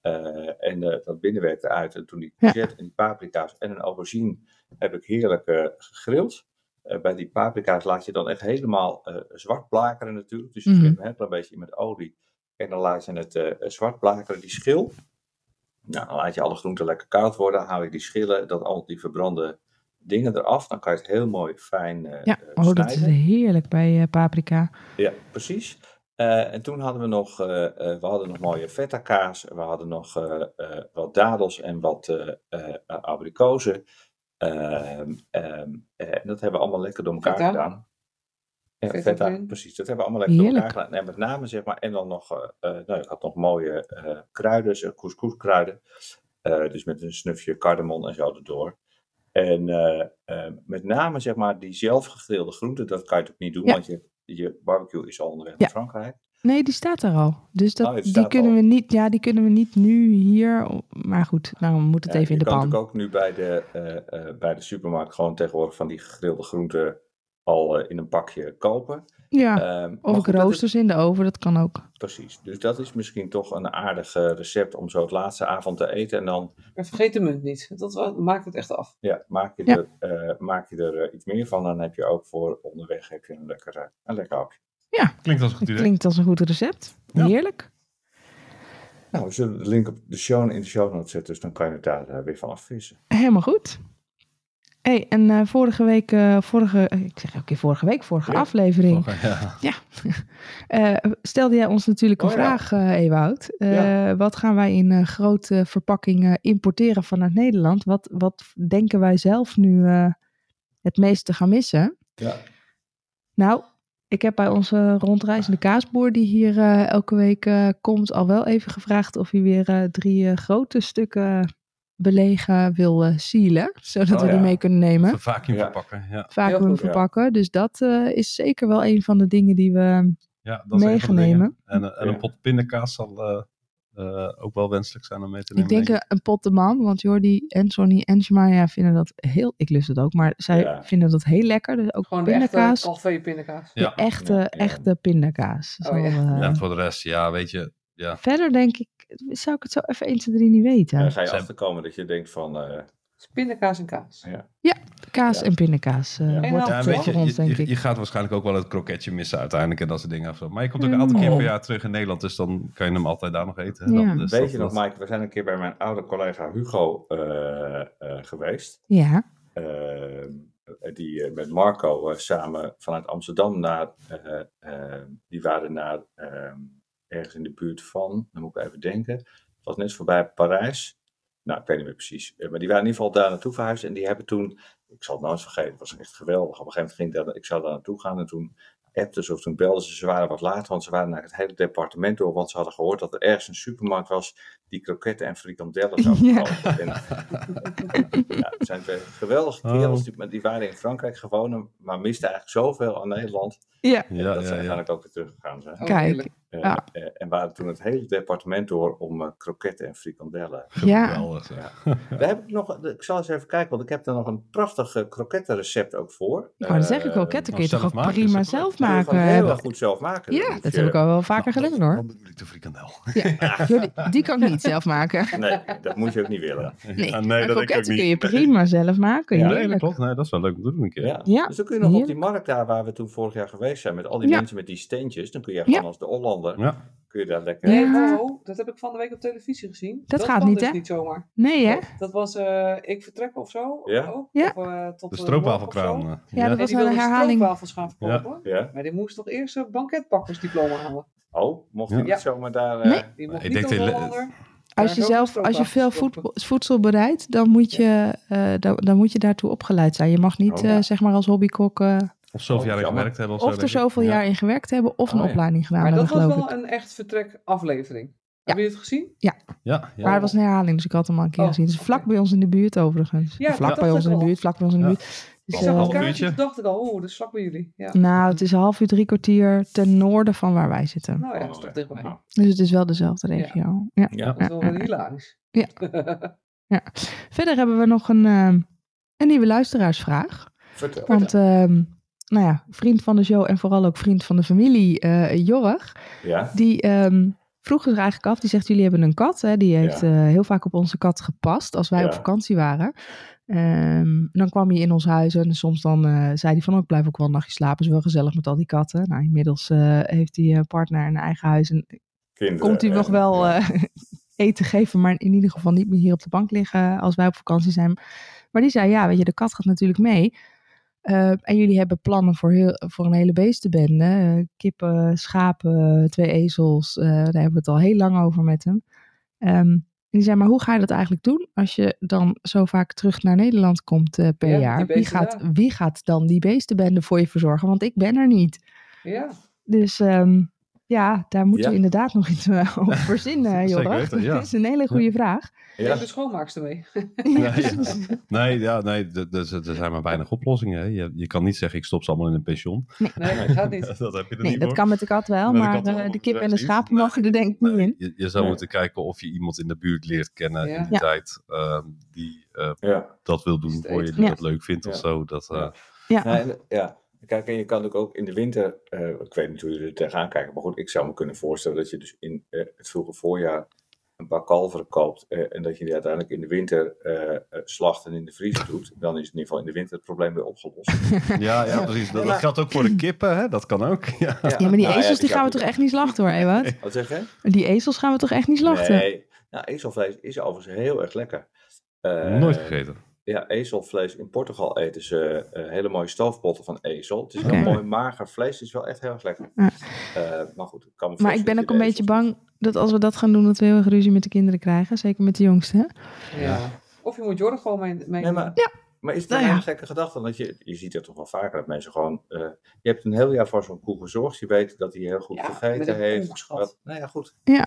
B: Eh, en eh, dat binnenwerk eruit. En toen die
A: Ja.
B: courgette en die paprika's en een aubergine heb ik heerlijk eh, gegrild. Eh, bij die paprika's laat je dan echt helemaal eh, zwart blakeren natuurlijk. Dus je
A: Mhm.
B: mm een heel klein beetje in met olie. En dan laat je het eh, zwart blakeren, die schil. Nou, dan laat je alle groenten lekker koud worden. Haal je die schillen, dat al die verbrande dingen eraf. Dan kan je het heel mooi fijn eh,
A: Ja,
B: eh,
A: oh, dat is
B: snijden.
A: heerlijk bij eh, paprika.
B: Ja, precies. Eh, en toen hadden we nog, eh, eh, we hadden nog mooie feta kaas, we hadden nog eh, eh, wat dadels en wat eh, eh, eh, abrikozen. Ehm, ehm, eh, en dat hebben we allemaal lekker door elkaar
D: Feta?
B: gedaan. Ja,
D: Feta
B: feta,
D: erin.
B: precies. Dat hebben we allemaal lekker
A: Heerlijk.
B: door elkaar gedaan. En met name, zeg maar, en dan nog, eh, eh, nou, ik had nog mooie eh kruiden, eh, couscouskruiden. Eh, dus met een snufje cardamom en zo erdoor. En eh, eh, met name, zeg maar, die zelfgegrilde groenten, dat kan je natuurlijk niet doen,
A: Ja.
B: want je je barbecue is al onderweg
A: Ja.
B: naar Frankrijk.
A: Nee, die staat er al. Dus dat,
B: Oh, die staat
A: die, kunnen
B: al.
A: we niet, ja, die kunnen we niet nu hier. Maar goed, nou moet het
B: Ja,
A: even in de
B: Je kan
A: pan.
B: natuurlijk ook nu bij de, eh, eh, bij de supermarkt gewoon tegenwoordig van die gegrilde groenten al eh, in een pakje kopen.
A: Ja,
B: Ehm, maar
A: Ah, of ik
B: goed, dat is-
A: roosters in de oven, dat kan ook.
B: Precies. Dus dat is misschien toch een aardig eh, recept om zo het laatste avond te eten. En dan
D: Maar vergeet de munt niet. Dat wa- maakt het echt af.
B: ja, maak, je
A: Ja.
B: Er, eh, maak je er eh, iets meer van. Dan heb je ook voor onderweg heb je een lekker, eh, een lekker hapje.
C: Klinkt als een goed
A: Het
C: idee.
A: klinkt als een goed recept.
C: Ja.
A: Heerlijk.
B: Nou, we zullen de link op de show, in de show notes zetten. Dus dan kan je het daar eh, weer van afvissen.
A: Helemaal goed. hey, en eh, vorige week, eh, vorige, ik zeg elke keer vorige week, vorige
C: Ja.
A: aflevering,
C: Oh, ja.
A: eh, stelde jij ons natuurlijk een
B: Oh ja.
A: vraag, eh Ewout. Eh,
B: Ja.
A: Wat gaan wij in eh, grote verpakkingen importeren vanuit Nederland? Wat, wat denken wij zelf nu eh, het meest te gaan missen?
B: Ja.
A: Nou, ik heb bij onze rondreizende kaasboer, die hier eh, elke week eh, komt, al wel even gevraagd of hij weer eh, drie eh, grote stukken belegen wil eh sealen. Zodat
B: Oh
A: we die
B: ja.
A: mee kunnen nemen.
C: Een vacuüm
B: Ja.
C: verpakken. Ja,
D: Heel
A: Vacuüm
D: goed,
B: ja.
A: verpakken. Dus dat eh, is zeker wel een van de dingen die we.
C: ja dat is een van de
A: Meegenomen.
C: dingen. En, eh, en
B: Ja.
C: een pot pindakaas zal eh, eh, ook wel wenselijk zijn om mee te
A: Ik
C: nemen.
A: denk eh, een pot de man, want Jordi en Sonny en Shemaya vinden dat heel. Ik lust het ook, maar zij
B: Ja.
A: vinden dat heel lekker. Dus ook
D: Gewoon de echte
A: pindakaas.
D: Calvé pindakaas.
C: Ja.
A: De echte,
B: Ja, ja.
A: echte pindakaas.
D: Oh ja.
A: Zal, eh,
C: En voor de rest, ja, weet je,
A: Verder denk ik, zou ik het zo even 1, 2, 3 niet weten.
B: Dan ga je
C: Zijn-
B: achterkomen dat je denkt van... eh,
D: Dus pindakaas en kaas.
A: Kaas
B: Ja.
A: en pindakaas eh,
B: Ja.
D: En
A: wordt
D: dan
C: Ja,
A: het
D: zo
C: weet
A: wel
C: je,
A: voor ons,
C: je,
A: denk
C: je-
A: ik.
C: je gaat waarschijnlijk ook wel het kroketje missen uiteindelijk en dat soort dingen. Of zo. Maar je komt ook
A: Ja.
C: een aantal keer
B: Oh.
C: per jaar terug in Nederland, dus dan kan je hem altijd daar nog eten.
A: Mm. Ja.
C: Dan, dus
B: weet
C: dat-
B: je nog,
C: dat-
B: Mike, we zijn een keer bij mijn oude collega Hugo eh, eh, geweest.
A: Ja,
B: eh, die eh, met Marco eh, samen vanuit Amsterdam naar, eh, eh, die waren naar eh, ergens in de buurt van, dan moet ik even denken, het was net voorbij Parijs. Nou, ik weet niet meer precies. Eh, maar die waren in ieder geval daar naartoe verhuisd en die hebben toen, ik zal het nooit vergeten, het was echt geweldig. Op een gegeven moment ging ik daar, ik zou daar naartoe gaan en toen appten ze of toen belden ze, ze waren wat later, want ze waren naar het hele departement door, want ze hadden gehoord dat er ergens een supermarkt was die kroketten en frikandellen zou
A: Ja.
B: verkopen. En ja, het zijn twee geweldige
C: Oh.
B: kerels. Die, maar die waren in Frankrijk gewonnen, maar misten eigenlijk zoveel aan Nederland.
A: ja.
B: dat
C: Ja,
B: ze
C: ja, ja.
B: uiteindelijk ook weer teruggegaan zijn.
D: Oh,
A: kijk.
D: heerlijk.
B: Eh,
A: Ja.
B: eh, en waren toen het hele departement door om eh, kroketten en frikandellen.
A: Ja,
C: Geweldig, zeg.
B: Daar heb ik nog, ik zal eens even kijken, want ik heb daar nog een prachtig eh, krokettenrecept ook voor.
A: ik wou net zeggen,
B: Eh,
A: kroketten kun je
C: zelf
A: toch ook
C: maken is
A: prima
C: het wel.
A: zelf
B: kun je gewoon
A: maken.
B: heel erg goed zelf maken. Dan
A: Ja,
B: hoef
A: dat
B: je-
A: heb ik al wel
B: Nou,
A: vaker gedaan hoor.
C: Dan bedoel ik de frikandel.
A: Jordi, die kan ik niet zelf maken.
B: Nee, dat moet je ook niet willen.
A: Nee, maar
C: Ja, nee dat denk ik ook
A: kroketten kun je
C: niet.
A: prima zelf maken.
B: Ja.
C: Nee, dat
A: Heerlijk.
C: klopt. Nee, dat is wel leuk om te doen een keer.
B: Ja.
A: Ja,
B: dus dan kun je nog op die
A: heerlijk.
B: markt daar waar we toen vorig jaar geweest zijn, met al die
A: Ja.
B: mensen met die steentjes, dan kun je
A: Ja.
B: gewoon als de Hollander,
C: Ja.
B: kun je daar lekker...
D: Nee,
A: Ja.
D: ho, ho, dat heb ik van de week op televisie gezien.
A: Dat gaat
D: kan
A: niet,
D: dus
A: hè?
D: niet zomaar.
A: Nee hè?
D: Dat was eh, ik vertrek of zo.
B: Ja.
D: Ook,
A: Ja.
D: Of, eh, tot
C: De
D: eh,
C: stroopwafelkraan.
D: morgen of zo.
A: Ja,
C: eh,
A: dat
D: En
A: was
D: die
A: wel
D: wilde
A: een herhaling.
D: stroopwafels gaan verkopen.
B: Ja.
D: Maar die moest toch eerst een banketbakkersdiploma halen.
B: Oh, mocht hij
C: Ja.
B: niet zomaar daar... eh,
A: Nee.
D: Die mocht
C: Ik
D: niet
C: denk
D: als
C: dat je le-
D: Hollander.
A: Als je,
D: Ja,
A: zelf,
D: ook
A: als je veel
D: stroopwafels
A: voed- voedsel bereidt, dan moet je, eh, dan, dan moet je daartoe opgeleid zijn. Je mag niet
B: Oh, ja.
A: eh, zeg maar als hobbykok eh,
C: Of zoveel jaar in
B: Oh, jammer.
C: gewerkt hebben. Of, zo,
A: of er
C: denk ik.
A: zoveel
C: Ja.
A: jaar in gewerkt hebben of een
B: Oh, ja.
A: opleiding gedaan
D: Maar dat
A: hebben
D: was
A: geloof
D: wel
A: ik.
D: een echt vertrek aflevering. Hebben jullie het gezien?
C: Ja, ja.
A: Maar het was een herhaling, dus ik had hem al een keer
D: Oh,
A: gezien. Het is vlak
D: oké.
A: bij ons in de buurt overigens.
D: Ja,
A: vlak
D: dat
A: bij
D: dacht
A: ons in
D: ik
A: de
D: al.
A: buurt, vlak bij ons in de
C: Ja.
A: buurt.
D: Ik
A: Dus,
C: Oh,
D: zag
A: eh,
D: het
C: half
D: kaartje,
C: uurtje?
D: toen dacht ik al, oh, dat is vlak bij jullie. Ja.
A: nou, het is een half uur, drie kwartier ten noorden van waar wij zitten.
D: Nou ja, dat is toch
B: Oh,
D: dichtbij.
B: nou.
A: Dus het is wel dezelfde regio. Ja.
B: Ja.
D: Dat is wel weer hilarisch.
A: Ja. Verder hebben we nog een, ehm, een nieuwe luisteraarsvraag.
B: Vertel.
A: Want, ehm, nou ja, vriend van de show en vooral ook vriend van de familie, eh Jorg,
B: ja,
A: die ehm, vroeg zich eigenlijk af. Die zegt, jullie hebben een kat. Hè? Die heeft
B: Ja.
A: eh, heel vaak op onze kat gepast als wij
B: Ja.
A: op vakantie waren. Ehm, dan kwam hij in ons huis en soms dan eh, zei hij van... Oh, ik blijf ook wel een nachtje slapen, is wel gezellig met al die katten. Nou, inmiddels eh, heeft hij een partner en een eigen huis. En
B: kinderen.
A: komt hij nog
B: en-
A: wel
B: ja.
A: eh, eten geven, maar in ieder geval niet meer hier op de bank liggen als wij op vakantie zijn. Maar die zei, ja, weet je, de kat gaat natuurlijk mee. Eh, en jullie hebben plannen voor, heel, voor een hele beestenbende. Eh, kippen, schapen, twee ezels. eh, daar hebben we het al heel lang over met hem. Ehm, en die zei, maar hoe ga je dat eigenlijk doen als je dan zo vaak terug naar Nederland komt eh, per
D: Ja, met die
A: jaar? Wie
D: beesten
A: gaat, wie gaat dan die beestenbende voor je verzorgen? Want ik ben er niet.
D: Ja.
A: Dus ehm, ja, daar moeten
B: Ja.
A: we inderdaad nog iets eh, over verzinnen,
C: Zeker
A: Jorg.
C: weten,
A: Dat
C: ja.
A: is een hele goede vraag.
D: Ja.
B: Ja.
A: Dus-
D: de schoonmaakster mee.
C: Ja, ja. Nee, ja, nee d- dus er zijn maar weinig oplossingen. Hè. Je, je kan niet zeggen, ik stop ze allemaal in een pension.
D: Nee, dat gaat niet.
C: dat heb je er
A: Nee,
C: niet
A: dat
C: voor.
A: kan met de kat wel,
C: Met de
A: maar
C: kat wel,
A: eh,
C: maar
A: de
C: met
A: kip
C: de
A: en de
C: rest
A: schapen
C: niet.
A: mogen er denk ik niet in.
C: Je, je zou
B: Nee.
C: moeten kijken of je iemand in de buurt leert kennen
D: Ja.
C: in die
A: Ja.
C: tijd eh, die eh,
B: Ja.
C: dat wil
D: Is
C: doen
D: het
C: voor je,
D: eten.
C: die
A: Ja.
C: dat leuk vindt of
B: Ja.
C: zo. Dat, eh,
B: Ja. Nee, en- ja. Kijk, en je kan natuurlijk ook in de winter, eh, ik weet niet hoe jullie er tegenaan kijken, maar goed, ik zou me kunnen voorstellen dat je dus in eh, het vroege voorjaar een paar kalveren koopt eh, en dat je die uiteindelijk in de winter eh, eh, slacht en in de vriezer doet. Dan is in ieder geval in de winter het probleem weer opgelost.
C: Ja, ja precies. Dat, dat geldt ook voor de kippen, hè? dat kan ook. Ja.
A: Ja, maar die
B: Nou ja,
A: ezels die gaan we
B: kan-
A: toch echt niet slachten hoor, Ewout?
B: Wat zeg je?
A: Die ezels gaan we toch echt niet slachten?
B: Nee, nou, ezelvlees is overigens heel erg lekker. Eh,
C: Nooit gegeten.
B: Ja, ezelvlees. In Portugal eten ze eh, hele mooie stoofpotten van ezel. Het is
A: Oké.
B: heel mooi mager vlees. Het is wel echt heel erg lekker.
A: Ja.
B: Eh, maar goed, ik kan me
A: Maar
B: voorstellen
A: ik ben
B: dat
A: ook
B: je
A: een
B: de
A: beetje
B: ezels-
A: bang dat als we dat gaan doen, dat we heel erg ruzie met de kinderen krijgen. Zeker met de jongste. hè?
D: Ja. Of je moet Jorg gewoon mee. mee
B: Nee, maar, maar is het
A: Nou
B: nou
A: ja.
B: een gekke gedachte? Want je, je ziet het toch wel vaker dat mensen gewoon... eh, je hebt een heel jaar voor zo'n koe gezorgd. Je weet dat hij heel goed
D: Ja, met
B: gegeten
D: een
B: heeft.
D: koelschat.
B: Wat, nou ja, goed.
A: Ja.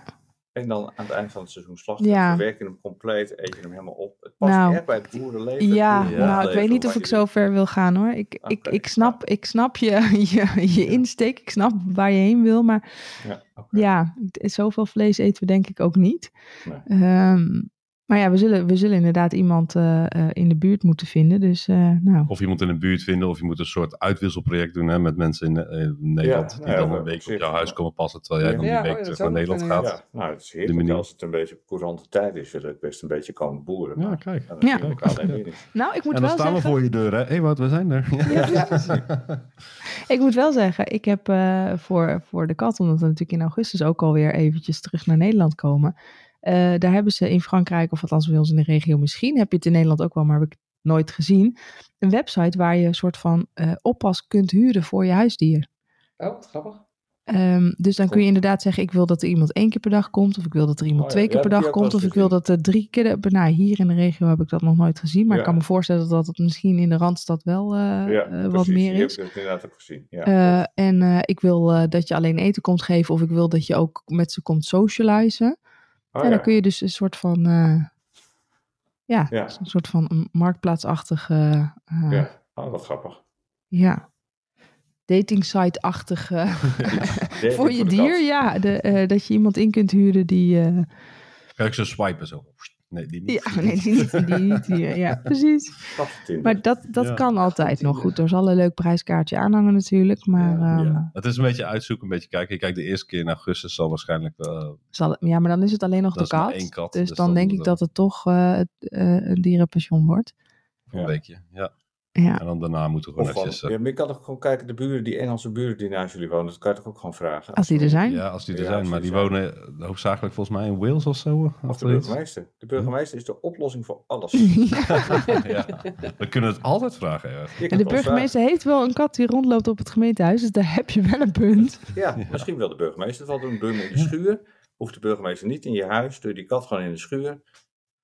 B: En dan aan het eind van het seizoen slachten.
A: Ja.
B: Verwerk je hem compleet. Eet je hem helemaal op. Het past
A: Nou.
B: echt bij het boerenleven.
A: Ja,
B: het
C: Ja.
A: nou, ik
B: boerenleven,
A: weet niet of
B: waar
A: ik
B: je-
A: zo ver wil gaan hoor. Ik, ik,
B: Oké,
A: ik snap, ik snap je, je, je
B: Ja.
A: insteek, ik snap waar je heen wil, maar
B: Ja, oké.
A: ja, het- zoveel vlees eten we denk ik ook niet.
B: Nee.
A: Ehm, maar ja, we zullen, we zullen inderdaad iemand eh, eh, in de buurt moeten vinden. Dus eh, nou,
C: Of je moet in de buurt vinden, of je moet een soort uitwisselproject doen hè, met mensen in, eh, in Nederland.
B: Ja,
C: die
B: nou ja,
C: dan een
B: op
C: week op
B: zich.
C: jouw huis komen passen, terwijl jij
B: Ja.
C: dan die
D: Ja,
C: week
D: oh ja, dat
C: terug naar
D: zou
C: Nederland
D: kunnen,
C: gaat.
B: Ja, nou, het is
C: De
B: heerlijk.
C: manier.
B: Als het een beetje courante tijd is, wil ik best een beetje komen boeren.
C: Ja,
B: maar-
C: kijk.
B: Ja, dat
A: Ja.
B: is ook alleen
C: Ja.
B: mening.
A: nou ik moet
C: en dan
A: wel
C: staan we
A: zeggen...
C: voor je deur, hè? Ewout, we zijn er. Ja.
A: Ja, precies. ik moet wel zeggen, ik heb eh, voor, voor de kat, omdat we natuurlijk in augustus ook alweer eventjes terug naar Nederland komen. eh, daar hebben ze in Frankrijk, of althans bij ons in de regio misschien, heb je het in Nederland ook wel, maar heb ik het nooit gezien. Een website waar je een soort van eh, oppas kunt huren voor je huisdier.
D: Oh, wat grappig.
A: Ehm, dus dan kun je inderdaad zeggen, ik wil dat er iemand één keer per dag komt, of ik wil dat er iemand
B: Oh ja,
A: twee
B: ja,
A: keer per
B: dat heb
A: dag
B: je ook
A: komt,
B: wel
A: of
B: eens
A: ik wil
B: gezien.
A: dat er drie keer, per- nou hier in de regio heb ik dat nog nooit gezien, maar ik
B: Ja.
A: kan me voorstellen dat dat misschien in de Randstad wel eh,
B: Ja,
A: eh, wat
B: precies.
A: meer
B: Die
A: is.
B: heb ik inderdaad ook gezien. Ja,
A: Eh, en eh, ik wil eh, dat je alleen eten komt geven of ik wil dat je ook met ze komt socializen.
B: Oh,
A: en dan
B: ja.
A: kun je dus een soort van, eh, ja,
B: Ja.
A: een soort van een marktplaatsachtige, eh, ja.
B: Ja. Oh, wat grappig.
A: dating site-achtige
C: Eh,
B: Derde
A: voor je
B: de
A: dier.
B: kat.
A: Ja, de, eh, dat je iemand in kunt huren die, eh,
C: Kan ik zo swipen zo? Nee, die niet.
A: ja, nee, die niet, die niet hier. Ja, precies.
B: Kattentin.
A: Maar dat, dat
C: Ja.
A: kan altijd nog goed. Er zal een leuk prijskaartje aanhangen natuurlijk, maar
B: Ja,
A: ehm,
B: ja.
C: Het is een beetje uitzoeken, een beetje kijken. Kijk, de eerste keer in augustus zal waarschijnlijk... eh,
A: Zal, ja, maar dan is het alleen nog
C: Dat
A: de
C: is maar
A: kat.
C: één kat,
A: Dus,
C: dus
A: dan,
C: dan
A: denk
C: moet
A: ik
C: het-
A: dat het toch eh, het, eh, een dierenpension wordt.
C: een
B: Ja.
C: weekje, ja.
A: Ja.
C: En dan daarna moeten we
B: Of
C: gewoon eh,
B: van,
C: eventjes...
B: ja, maar je kan toch gewoon kijken, de buren, die Engelse buren die naast jullie wonen, dat kan je toch ook gewoon vragen?
A: Als die er
C: eh,
A: zijn.
C: ja, als die er
B: Ja,
C: zijn.
B: als
C: Maar die
B: die
C: wonen eh, hoofdzakelijk volgens mij in Wales of zo. eh,
B: Of de
C: achter iets.
B: burgemeester. De burgemeester is de oplossing voor alles.
C: ja. We kunnen het altijd vragen. Ja.
B: Je kan
A: En de
B: het wel
A: burgemeester heeft wel een kat die rondloopt op het gemeentehuis. Dus daar heb je wel een punt.
B: vragen. Ja, misschien wil de burgemeester het wel doen. Doe hem in de schuur. Hoeft de burgemeester niet in je huis. Doe die kat gewoon in de schuur.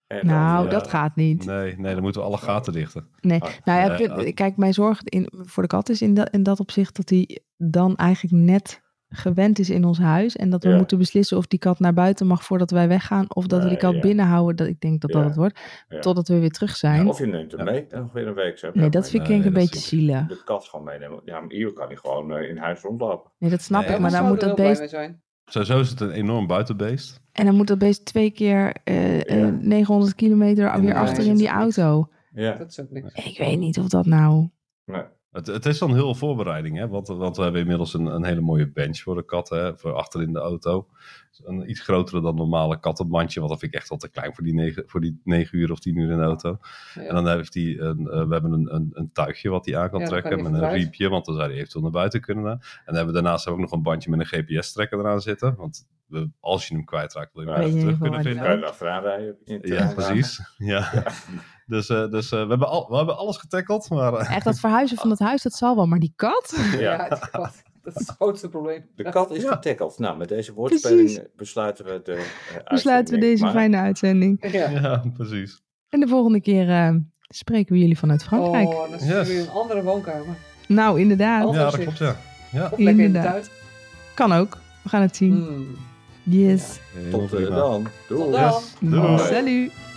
B: En
A: nou,
B: dan, eh,
A: dat gaat niet.
C: Nee, nee, dan moeten we alle gaten dichten.
A: Nee.
B: Ah,
A: nou ja,
C: eh,
A: punt-
C: eh.
A: kijk, mijn zorg in, voor de kat is in dat, in dat opzicht dat hij dan eigenlijk net gewend is in ons huis. En dat we
B: Ja.
A: moeten beslissen of die kat naar buiten mag voordat wij weggaan. Of dat we die
B: Nee,
A: kat
B: ja.
A: binnenhouden. Dat, ik denk dat dat
B: Ja,
A: het wordt.
B: ja.
A: Totdat we weer terug zijn.
B: Of je neemt hem
C: Ja.
B: mee en nog weer een week. Zo.
A: nee,
B: Ja,
A: dat
B: maar
A: vind ik
C: Nee,
A: denk ik een
C: dat
A: beetje
C: vind
A: zielig.
B: De kat gewoon meenemen. Ja, maar hier kan hij gewoon eh, in huis rondlopen.
A: Nee, dat snap
C: Nee,
A: ik. Maar
C: dat
A: dan
D: zou
A: moet
D: ik er
A: dat
D: heel blij
A: beest
D: mee zijn.
C: Sowieso is het een enorm buitenbeest.
A: En dan moet dat beest twee keer eh, eh,
B: Ja.
A: 900 kilometer weer
C: Inderdaad.
A: achter in die
D: Dat is niks.
A: auto.
B: Ja.
D: Dat is ook niks.
A: Ik weet niet of dat nou...
B: Nee.
C: Het, het is dan heel voorbereiding, hè? Want, want we hebben inmiddels een, een hele mooie bench voor de kat, hè? voor achter in de auto. Dus Een iets grotere dan normale kattenmandje, want dat vind ik echt al te klein voor die negen, voor die negen uur of tien uur in de auto.
D: Ja.
C: En dan heeft hij een, eh, we hebben een, een, een tuigje wat hij aan kan
D: Ja, dan
C: trekken
D: kan hij
C: met een
D: vooruit.
C: riempje, want dan zou hij eventueel naar buiten kunnen. En dan hebben we daarnaast ook nog een bandje met een GPS-trekker eraan zitten, want we- als je hem kwijtraakt wil je hem
B: Ja.
C: even
A: Weet je
C: terug
A: in ieder
C: kunnen
A: geval waar
C: vinden.
B: Kan je er achteraan rijden? in het
C: Ja,
B: terrein.
C: precies. Ja. Dus, eh, dus eh, we, hebben al, we hebben alles getackled, maar eh,
A: Echt, dat verhuizen van dat huis, dat zal wel. Maar die kat?
B: Ja.
D: Ja, die kat. dat is het grootste probleem.
B: De kat is
C: Ja.
B: getackled. Nou, met deze woordspeling
A: Precies.
B: besluiten we de eh,
A: Besluiten we
B: uitzending.
A: deze
B: Maar
A: fijne uitzending.
D: Ja.
C: ja, precies.
A: En de volgende keer eh, spreken we jullie vanuit Frankrijk.
D: Oh, dan zitten we
C: Yes.
D: in een andere woonkamer.
A: Nou, inderdaad.
D: Oh.
C: Ja, dat
D: Anders
C: klopt,
D: is-
C: ja. ja.
D: Of lekker in de
A: Inderdaad.
D: tuin.
A: Kan ook. We gaan het zien.
D: Hmm.
A: Yes.
B: Tot eh,
C: Helemaal prima.
B: dan. Doei.
D: Tot dan.
C: Doei.
A: Salut.